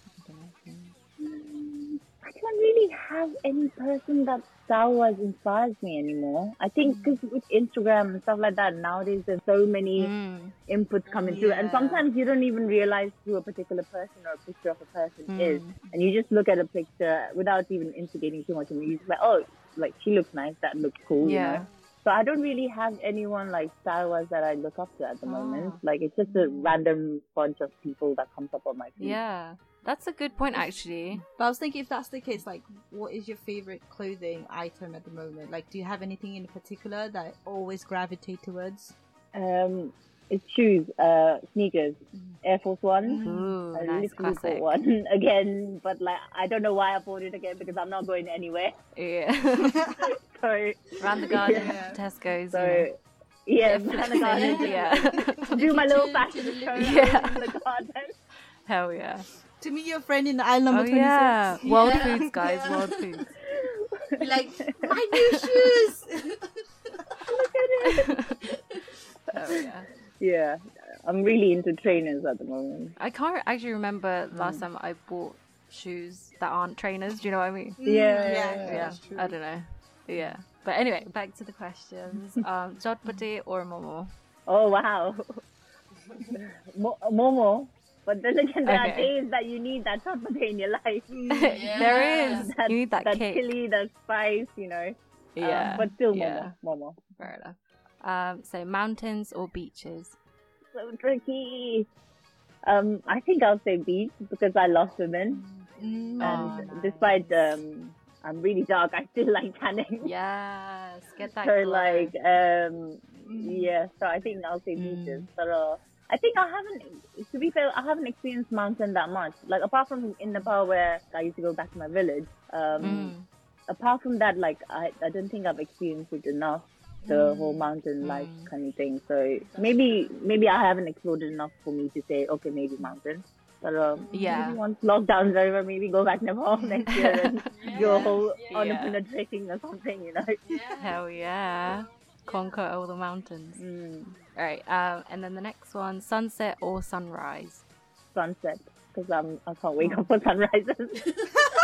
[SPEAKER 5] I don't really have any person that Star Wars inspires me anymore. I think because with Instagram and stuff like that, nowadays there's so many
[SPEAKER 2] Mm,
[SPEAKER 5] inputs coming through, and
[SPEAKER 2] Yeah.
[SPEAKER 5] sometimes you don't even realize who a particular person or a picture of a person
[SPEAKER 2] Mm.
[SPEAKER 5] is, and you just look at a picture without even instigating too much, and you're just like, oh, like she looks nice, that looks cool, you
[SPEAKER 2] Yeah.
[SPEAKER 5] know. So I don't really have anyone like Star Wars that I look up to at
[SPEAKER 2] Oh.
[SPEAKER 5] the moment. Like it's just a random bunch of people that comes up on my feed.
[SPEAKER 2] yeah, that's a good point actually.
[SPEAKER 6] But I was thinking, if that's the case, like, what is your favorite clothing item at the moment? Like, do you have anything in particular that always gravitate towards?
[SPEAKER 5] Um, it's shoes, uh, sneakers, Air Force One. Mm.
[SPEAKER 2] Ooh,
[SPEAKER 5] I
[SPEAKER 2] Mm. nice
[SPEAKER 5] literally bought
[SPEAKER 2] classic.
[SPEAKER 5] one again, but like I don't know why I bought it again because I'm not going anywhere.
[SPEAKER 2] Yeah,
[SPEAKER 5] So,
[SPEAKER 2] around the garden,
[SPEAKER 6] Yeah.
[SPEAKER 2] Tesco's.
[SPEAKER 5] so
[SPEAKER 2] you
[SPEAKER 5] yeah,
[SPEAKER 2] know.
[SPEAKER 5] plan a garden.
[SPEAKER 2] yeah,
[SPEAKER 5] Do my little
[SPEAKER 3] Kitchen,
[SPEAKER 5] fashion
[SPEAKER 3] kitchen,
[SPEAKER 5] show
[SPEAKER 2] Yeah.
[SPEAKER 5] in the garden.
[SPEAKER 2] hell yeah.
[SPEAKER 6] To meet your friend in aisle number
[SPEAKER 2] oh
[SPEAKER 6] 26.
[SPEAKER 2] yeah, world
[SPEAKER 3] Yeah.
[SPEAKER 2] foods, guys,
[SPEAKER 3] Yeah.
[SPEAKER 2] world foods.
[SPEAKER 3] Be like, my new shoes.
[SPEAKER 2] Oh yeah.
[SPEAKER 5] Yeah, I'm really into trainers at the moment.
[SPEAKER 2] I can't actually remember last
[SPEAKER 5] Mm.
[SPEAKER 2] time I bought shoes that aren't trainers. Do you know what I mean?
[SPEAKER 6] Mm,
[SPEAKER 5] Yeah, yeah,
[SPEAKER 2] yeah.
[SPEAKER 6] that's true.
[SPEAKER 2] I don't know. Yeah. But anyway, back to the questions. Um, jodhpuri or momo?
[SPEAKER 5] Oh wow, Mo- Momo. But then again, there are
[SPEAKER 2] Okay.
[SPEAKER 5] days that you need that type of day in your life.
[SPEAKER 2] there is.
[SPEAKER 5] That,
[SPEAKER 2] you need that,
[SPEAKER 5] that
[SPEAKER 2] kick.
[SPEAKER 5] chili, that spice, you know. Um,
[SPEAKER 2] Yeah.
[SPEAKER 5] but still, Momo,
[SPEAKER 2] yeah.
[SPEAKER 5] Momo.
[SPEAKER 2] Fair enough. Um, so mountains or beaches?
[SPEAKER 5] so tricky. Um, I think I'll say beach because I love swimming,
[SPEAKER 6] Mm.
[SPEAKER 2] Oh,
[SPEAKER 5] and
[SPEAKER 2] nice.
[SPEAKER 5] despite um, I'm really dark, I still like tanning.
[SPEAKER 2] Yes. Get that.
[SPEAKER 5] so
[SPEAKER 2] glow.
[SPEAKER 5] like, um,
[SPEAKER 2] Mm.
[SPEAKER 5] yeah. So I think I'll say beaches. But uh, I think I haven't. To be fair, I haven't experienced mountain that much. Like apart from in Nepal, where I used to go back to my village. Um,
[SPEAKER 2] Mm.
[SPEAKER 5] apart from that, like I, I don't think I've experienced it enough. The whole mountain life kind of thing. So maybe maybe I haven't explored it enough for me to say okay maybe mountain. But um,
[SPEAKER 2] Yeah.
[SPEAKER 5] maybe once lockdown's over, maybe go back Nepal next year and do a whole
[SPEAKER 3] Mm. Yeah.
[SPEAKER 5] entrepreneur trekking or something. You know.
[SPEAKER 3] Yeah.
[SPEAKER 2] Hell yeah. Conquer all the mountains.
[SPEAKER 5] Mm,
[SPEAKER 2] All right. Um, and then the next one sunset or sunrise?
[SPEAKER 5] sunset because I'm I can't wake up for sunrises.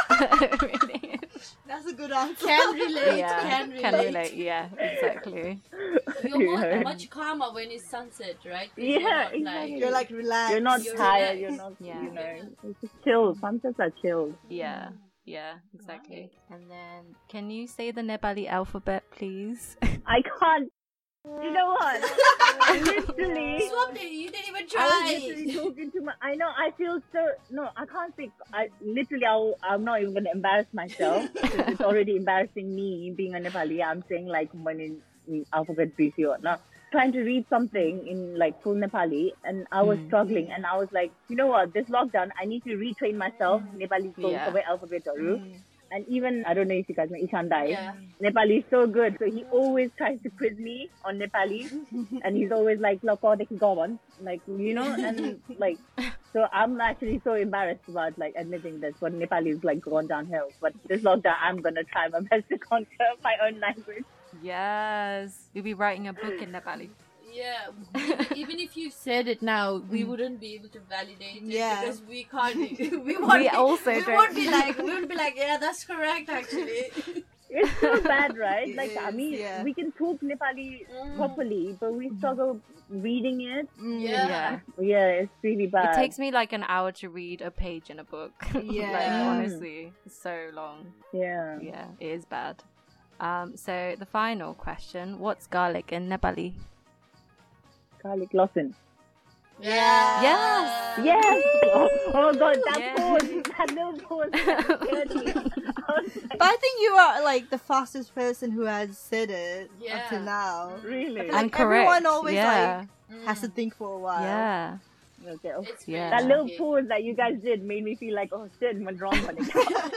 [SPEAKER 2] Really?
[SPEAKER 6] That's a good answer.
[SPEAKER 3] Can relate.
[SPEAKER 2] yeah.
[SPEAKER 3] Can relate.
[SPEAKER 2] Yeah, exactly.
[SPEAKER 3] You're more,
[SPEAKER 5] Yeah.
[SPEAKER 3] much calmer when it's sunset, right? 'Cause
[SPEAKER 5] Yeah,
[SPEAKER 3] you're not,
[SPEAKER 5] exactly.
[SPEAKER 6] You're like relaxed.
[SPEAKER 5] You're not
[SPEAKER 3] You're
[SPEAKER 5] tired.
[SPEAKER 3] relaxed.
[SPEAKER 5] You're not.
[SPEAKER 2] Yeah.
[SPEAKER 5] You know, it's just chill. Sunsets are chilled.
[SPEAKER 2] Yeah. Yeah, exactly. Mm. And then, can you say the Nepali alphabet, please?
[SPEAKER 5] I can't. You know what? literally.
[SPEAKER 3] Swap it, you didn't even
[SPEAKER 5] I was
[SPEAKER 3] try.
[SPEAKER 5] literally talking to my. I know. I feel so. No, I can't think. I literally. I, will- I'm not even gonna embarrass myself. it's already embarrassing me being a Nepali. I'm saying like when in, in alphabet BC or not. Trying to read something in like full Nepali, and I
[SPEAKER 3] Hmm.
[SPEAKER 5] was struggling, and I was like, you know what? This lockdown, I need to retrain myself.
[SPEAKER 3] Hmm.
[SPEAKER 5] Nepali is
[SPEAKER 2] Yeah.
[SPEAKER 5] alphabet aru. And even I don't know if you guys know Ishan Dai.
[SPEAKER 3] Yeah.
[SPEAKER 5] Nepali is so good. So he always tries to quiz me on Nepali, and he's always like, "Look, oh, all the Kigawan," like you know, and like, so I'm actually so embarrassed about like admitting this when Nepali is like gone downhill. But this lockdown, I'm gonna try my best to conquer my own language.
[SPEAKER 2] yes. You'll be writing a book in Nepali.
[SPEAKER 3] Yeah, even- even if you said it now, we wouldn't be able to validate it
[SPEAKER 6] Yeah.
[SPEAKER 3] because we can't. We won't.
[SPEAKER 2] We
[SPEAKER 3] be,
[SPEAKER 2] also
[SPEAKER 3] we
[SPEAKER 2] don't.
[SPEAKER 3] won't be like we would be like yeah, that's correct actually.
[SPEAKER 5] It's so bad, right?
[SPEAKER 6] It
[SPEAKER 5] Like I
[SPEAKER 6] is,
[SPEAKER 5] mean,
[SPEAKER 6] yeah.
[SPEAKER 5] we can talk Nepali
[SPEAKER 3] Mm.
[SPEAKER 5] properly, but we struggle reading it.
[SPEAKER 3] Yeah.
[SPEAKER 2] Yeah.
[SPEAKER 5] Mm, Yeah, it's really bad.
[SPEAKER 2] It takes me like an hour to read a page in a book. like,
[SPEAKER 6] Yeah.
[SPEAKER 2] honestly, it's so long.
[SPEAKER 5] yeah.
[SPEAKER 2] Yeah, it is bad. Um, so the final question: What's garlic in Nepali?
[SPEAKER 5] garlic lawson.
[SPEAKER 3] Yeah.
[SPEAKER 2] Yes.
[SPEAKER 5] Yes! Oh, oh god, that
[SPEAKER 2] Yeah.
[SPEAKER 5] pause! That little pause! scared me. I was like,
[SPEAKER 6] But I think you are like the fastest person who has said it
[SPEAKER 3] Yeah.
[SPEAKER 6] up to now.
[SPEAKER 5] really?
[SPEAKER 6] Like,
[SPEAKER 2] I'm correct.
[SPEAKER 6] everyone always,
[SPEAKER 2] yeah.
[SPEAKER 6] Has to think for a while.
[SPEAKER 2] yeah.
[SPEAKER 5] Okay, okay.
[SPEAKER 3] It's
[SPEAKER 2] Yeah.
[SPEAKER 5] That
[SPEAKER 3] very
[SPEAKER 5] little
[SPEAKER 3] tricky.
[SPEAKER 5] pause that you guys did made me feel like, oh shit, went wrong for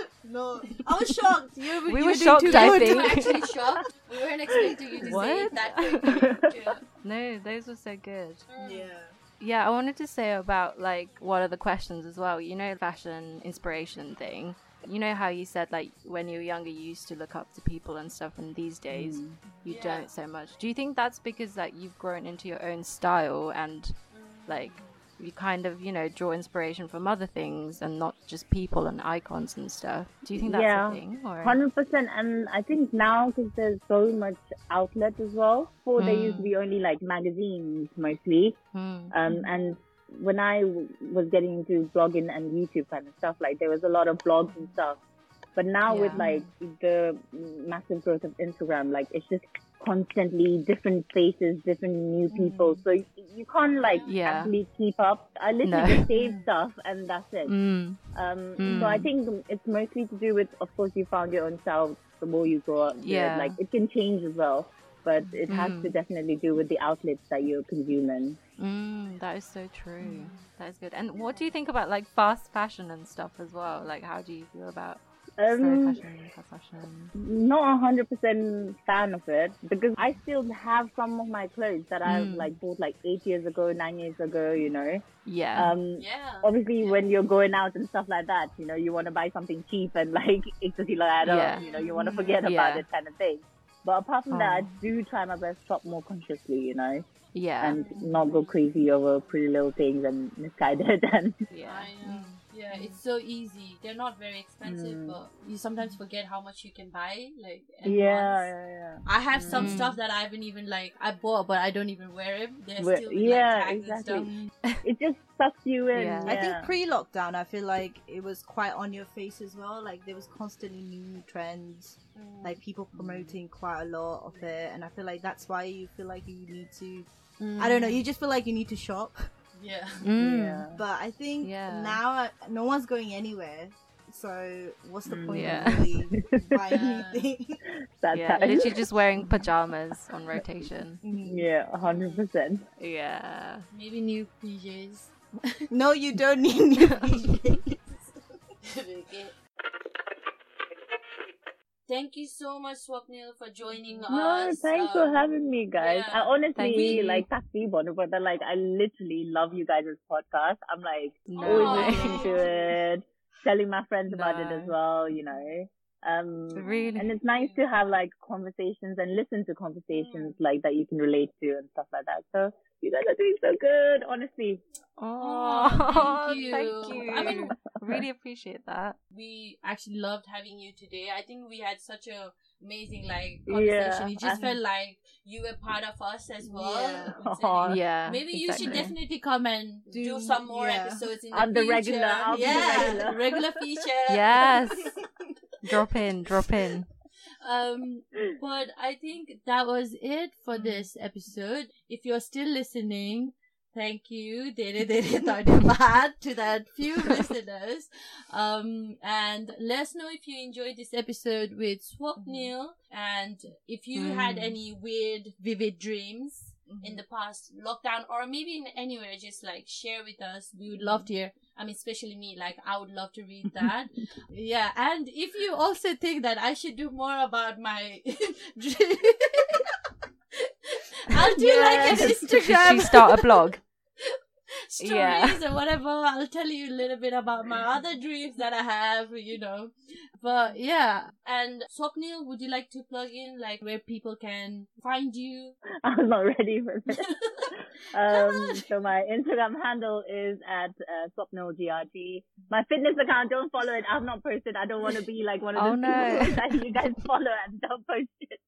[SPEAKER 6] No, I was shocked. You,
[SPEAKER 2] We
[SPEAKER 6] you
[SPEAKER 2] were
[SPEAKER 6] did
[SPEAKER 2] shocked,
[SPEAKER 6] too
[SPEAKER 2] I
[SPEAKER 6] good.
[SPEAKER 3] We
[SPEAKER 2] think.
[SPEAKER 3] were actually shocked. We weren't expecting you to say
[SPEAKER 2] What?
[SPEAKER 3] it that quickly. Yeah.
[SPEAKER 2] No, those were so good.
[SPEAKER 6] Yeah.
[SPEAKER 2] Yeah, I wanted to say about like what are the questions as well. You know, fashion inspiration thing. You know how you said like when you were younger, you used to look up to people and stuff, and these days
[SPEAKER 5] Mm.
[SPEAKER 2] you
[SPEAKER 3] Yeah.
[SPEAKER 2] don't so much. Do you think that's because like you've grown into your own style and like you kind of you know draw inspiration from other things and not just people and icons and stuff? Do you think that's
[SPEAKER 5] Yeah.
[SPEAKER 2] a thing? Or
[SPEAKER 5] Hundred percent, and I think now because there's so much outlet as well. Before there
[SPEAKER 2] Mm.
[SPEAKER 5] used to be only like magazines mostly,
[SPEAKER 2] Hmm.
[SPEAKER 5] um, and when I w- was getting into blogging and YouTube kind of stuff, like there was a lot of blogs and stuff. But now with
[SPEAKER 2] Yeah.
[SPEAKER 5] like the massive growth of Instagram, like it's just constantly different faces, different new people. So y- you can't like
[SPEAKER 2] Mm. Yeah.
[SPEAKER 5] actually keep up. I
[SPEAKER 2] No.
[SPEAKER 5] literally just save stuff and that's it.
[SPEAKER 2] Mm.
[SPEAKER 5] Um, So I think it's mostly to do with, of course, you found your own self the more you grow up.
[SPEAKER 2] Yeah.
[SPEAKER 5] Like it can change as well, but it has to definitely do with the outlets that you're consuming.
[SPEAKER 2] Mm, that is so true. That is good. And what do you think about like fast fashion and stuff as well? Like, how do you feel about slow
[SPEAKER 5] Um,
[SPEAKER 2] fashion, fast fashion?
[SPEAKER 5] not a hundred percent fan of it because I still have some of my clothes that
[SPEAKER 2] Hmm.
[SPEAKER 5] I've like bought like eight years ago, nine years ago. You know,
[SPEAKER 2] Yeah,
[SPEAKER 5] um,
[SPEAKER 3] Yeah.
[SPEAKER 5] obviously when you're going out and stuff like that, you know, you want to buy something cheap and like ecstasy like
[SPEAKER 2] Yeah. Mm,
[SPEAKER 5] that, you know, you want to forget about
[SPEAKER 2] Yeah.
[SPEAKER 5] it kind of thing. But apart from that, I
[SPEAKER 2] Oh.
[SPEAKER 5] do try my best to shop more consciously, you know,
[SPEAKER 2] yeah,
[SPEAKER 5] and not go crazy over pretty little things and misguided. And
[SPEAKER 2] yeah,
[SPEAKER 3] I
[SPEAKER 5] Mm.
[SPEAKER 3] know. Yeah, it's so easy. They're not very expensive,
[SPEAKER 5] Mm.
[SPEAKER 3] but you sometimes forget how much you can buy. Like
[SPEAKER 5] yeah,
[SPEAKER 3] at once.
[SPEAKER 5] yeah, yeah.
[SPEAKER 3] I have some stuff that I haven't even like I bought, but I don't even wear it. They're
[SPEAKER 5] Wear-
[SPEAKER 3] still with, like,
[SPEAKER 5] yeah,
[SPEAKER 3] tags
[SPEAKER 5] exactly.
[SPEAKER 3] and stuff.
[SPEAKER 5] It just sucks you in.
[SPEAKER 2] Yeah.
[SPEAKER 6] I think
[SPEAKER 5] yeah.
[SPEAKER 6] pre-lockdown, I feel like it was quite on your face as well. Like there was constantly new trends, like people promoting quite a lot of it, and I feel like that's why you feel like you need to. I don't know. You just feel like you need to shop,
[SPEAKER 3] Mm, Yeah,
[SPEAKER 2] Mm.
[SPEAKER 5] Yeah.
[SPEAKER 6] but I think
[SPEAKER 2] Yeah.
[SPEAKER 6] now uh, no one's going anywhere. So what's the
[SPEAKER 5] Mm.
[SPEAKER 6] point
[SPEAKER 2] Yeah.
[SPEAKER 6] of really buying
[SPEAKER 3] Yeah.
[SPEAKER 6] anything?
[SPEAKER 5] Sad
[SPEAKER 2] yeah.
[SPEAKER 5] times.
[SPEAKER 2] Literally just wearing pajamas on rotation.
[SPEAKER 5] Yeah, a hundred percent.
[SPEAKER 2] Yeah,
[SPEAKER 3] maybe new PJs.
[SPEAKER 6] no, you don't need new PJs.
[SPEAKER 3] There Thank you so much, Swapnil, for joining
[SPEAKER 5] No,
[SPEAKER 3] us.
[SPEAKER 5] thanks for
[SPEAKER 3] Um,
[SPEAKER 5] having me, guys.
[SPEAKER 3] yeah.
[SPEAKER 5] I honestly
[SPEAKER 2] Uh, Thank
[SPEAKER 5] like taxi bond, but like I literally love you guys' podcast. I'm like always
[SPEAKER 3] Aw.
[SPEAKER 5] listening to it, telling my friends about it
[SPEAKER 2] No.
[SPEAKER 5] as well. You know, um,
[SPEAKER 2] Really?
[SPEAKER 5] and it's nice to have like conversations and listen to
[SPEAKER 2] Mm.
[SPEAKER 5] conversations like that you can relate to and stuff like that. So you guys are doing so good, honestly.
[SPEAKER 3] Aw, oh, thank you.
[SPEAKER 2] thank you.
[SPEAKER 3] I mean,
[SPEAKER 2] really appreciate that.
[SPEAKER 3] we actually loved having you today. I think we had such a amazing like conversation.
[SPEAKER 5] Yeah,
[SPEAKER 3] it just
[SPEAKER 5] I-
[SPEAKER 3] felt like you were part of us as well.
[SPEAKER 6] Yeah.
[SPEAKER 3] It's-
[SPEAKER 5] Aw.
[SPEAKER 2] Yeah.
[SPEAKER 3] Maybe you should
[SPEAKER 2] exactly.
[SPEAKER 3] definitely come and do,
[SPEAKER 6] Do-
[SPEAKER 3] some more
[SPEAKER 6] yeah.
[SPEAKER 3] episodes in the
[SPEAKER 5] I'm the
[SPEAKER 3] future.
[SPEAKER 5] regular, I'll be the
[SPEAKER 3] yeah,
[SPEAKER 5] regular.
[SPEAKER 3] feature.
[SPEAKER 2] Yes. drop in, drop in.
[SPEAKER 3] Um, but I think that was it for this episode. If you're still listening, thank you, Dere Dere Tadabad, to that few listeners. Um, and let us know if you enjoyed this episode with Swapnil and if you had
[SPEAKER 2] Mm.
[SPEAKER 3] any weird, vivid dreams in the past lockdown or maybe in anywhere just like share with us we would love to hear i mean especially me like i would love to read that yeah and if you also think that i should do more about my dream i'll do like an
[SPEAKER 5] Yes.
[SPEAKER 3] instagram
[SPEAKER 2] Should she start a blog?
[SPEAKER 3] stories
[SPEAKER 2] Yeah.
[SPEAKER 3] or whatever. I'll tell you a little bit about my other dreams that I have, you know. But yeah, and Swapnil, would you like to plug in like where people can find you?
[SPEAKER 5] I was not ready for this.
[SPEAKER 3] on.
[SPEAKER 5] um, so my Instagram handle is at uh, SwapnilGRT. My fitness account, don't follow it. I've not posted. I don't want to be like one of
[SPEAKER 2] Oh,
[SPEAKER 5] those
[SPEAKER 2] no.
[SPEAKER 5] people that you guys follow and don't post it.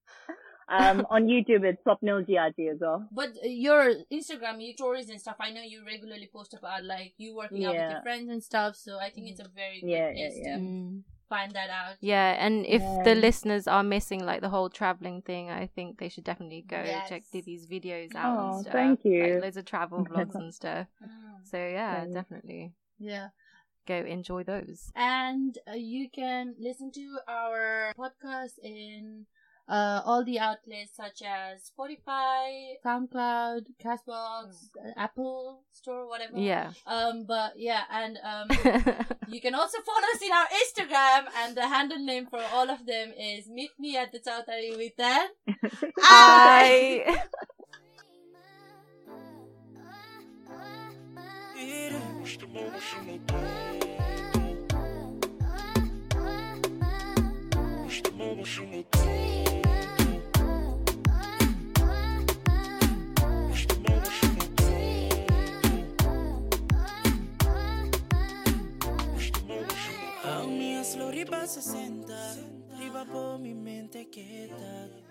[SPEAKER 5] Um, on YouTube, it's SwapnilGRT as well.
[SPEAKER 3] But uh, your Instagram, your stories and stuff, I know you regularly post about like you working out with
[SPEAKER 5] Yeah.
[SPEAKER 3] your friends and stuff. So I think it's a very good
[SPEAKER 5] Yeah,
[SPEAKER 3] place
[SPEAKER 5] yeah,
[SPEAKER 3] to
[SPEAKER 2] Mm.
[SPEAKER 3] find that out.
[SPEAKER 2] Yeah, and if the
[SPEAKER 5] Yeah.
[SPEAKER 2] listeners are missing like the whole traveling thing, I think they should definitely go
[SPEAKER 3] Yes.
[SPEAKER 2] check these videos out.
[SPEAKER 5] Oh,
[SPEAKER 2] and stuff.
[SPEAKER 5] thank you.
[SPEAKER 2] Like, loads of travel vlogs and stuff. So yeah,
[SPEAKER 5] Thanks.
[SPEAKER 2] definitely
[SPEAKER 3] Yeah.
[SPEAKER 2] go enjoy those.
[SPEAKER 3] and uh, you can listen to our podcast in uh, all the outlets such as Spotify, SoundCloud, Castbox, uh, Apple Store, whatever.
[SPEAKER 2] Mm. Yeah.
[SPEAKER 3] Um. But yeah, and um, you can also follow us in our Instagram, and the handle name for all of them is Meet Me at the Chowtari with them.
[SPEAKER 2] I.
[SPEAKER 8] A un mio slow riba 60 Riba po' mi mente quieta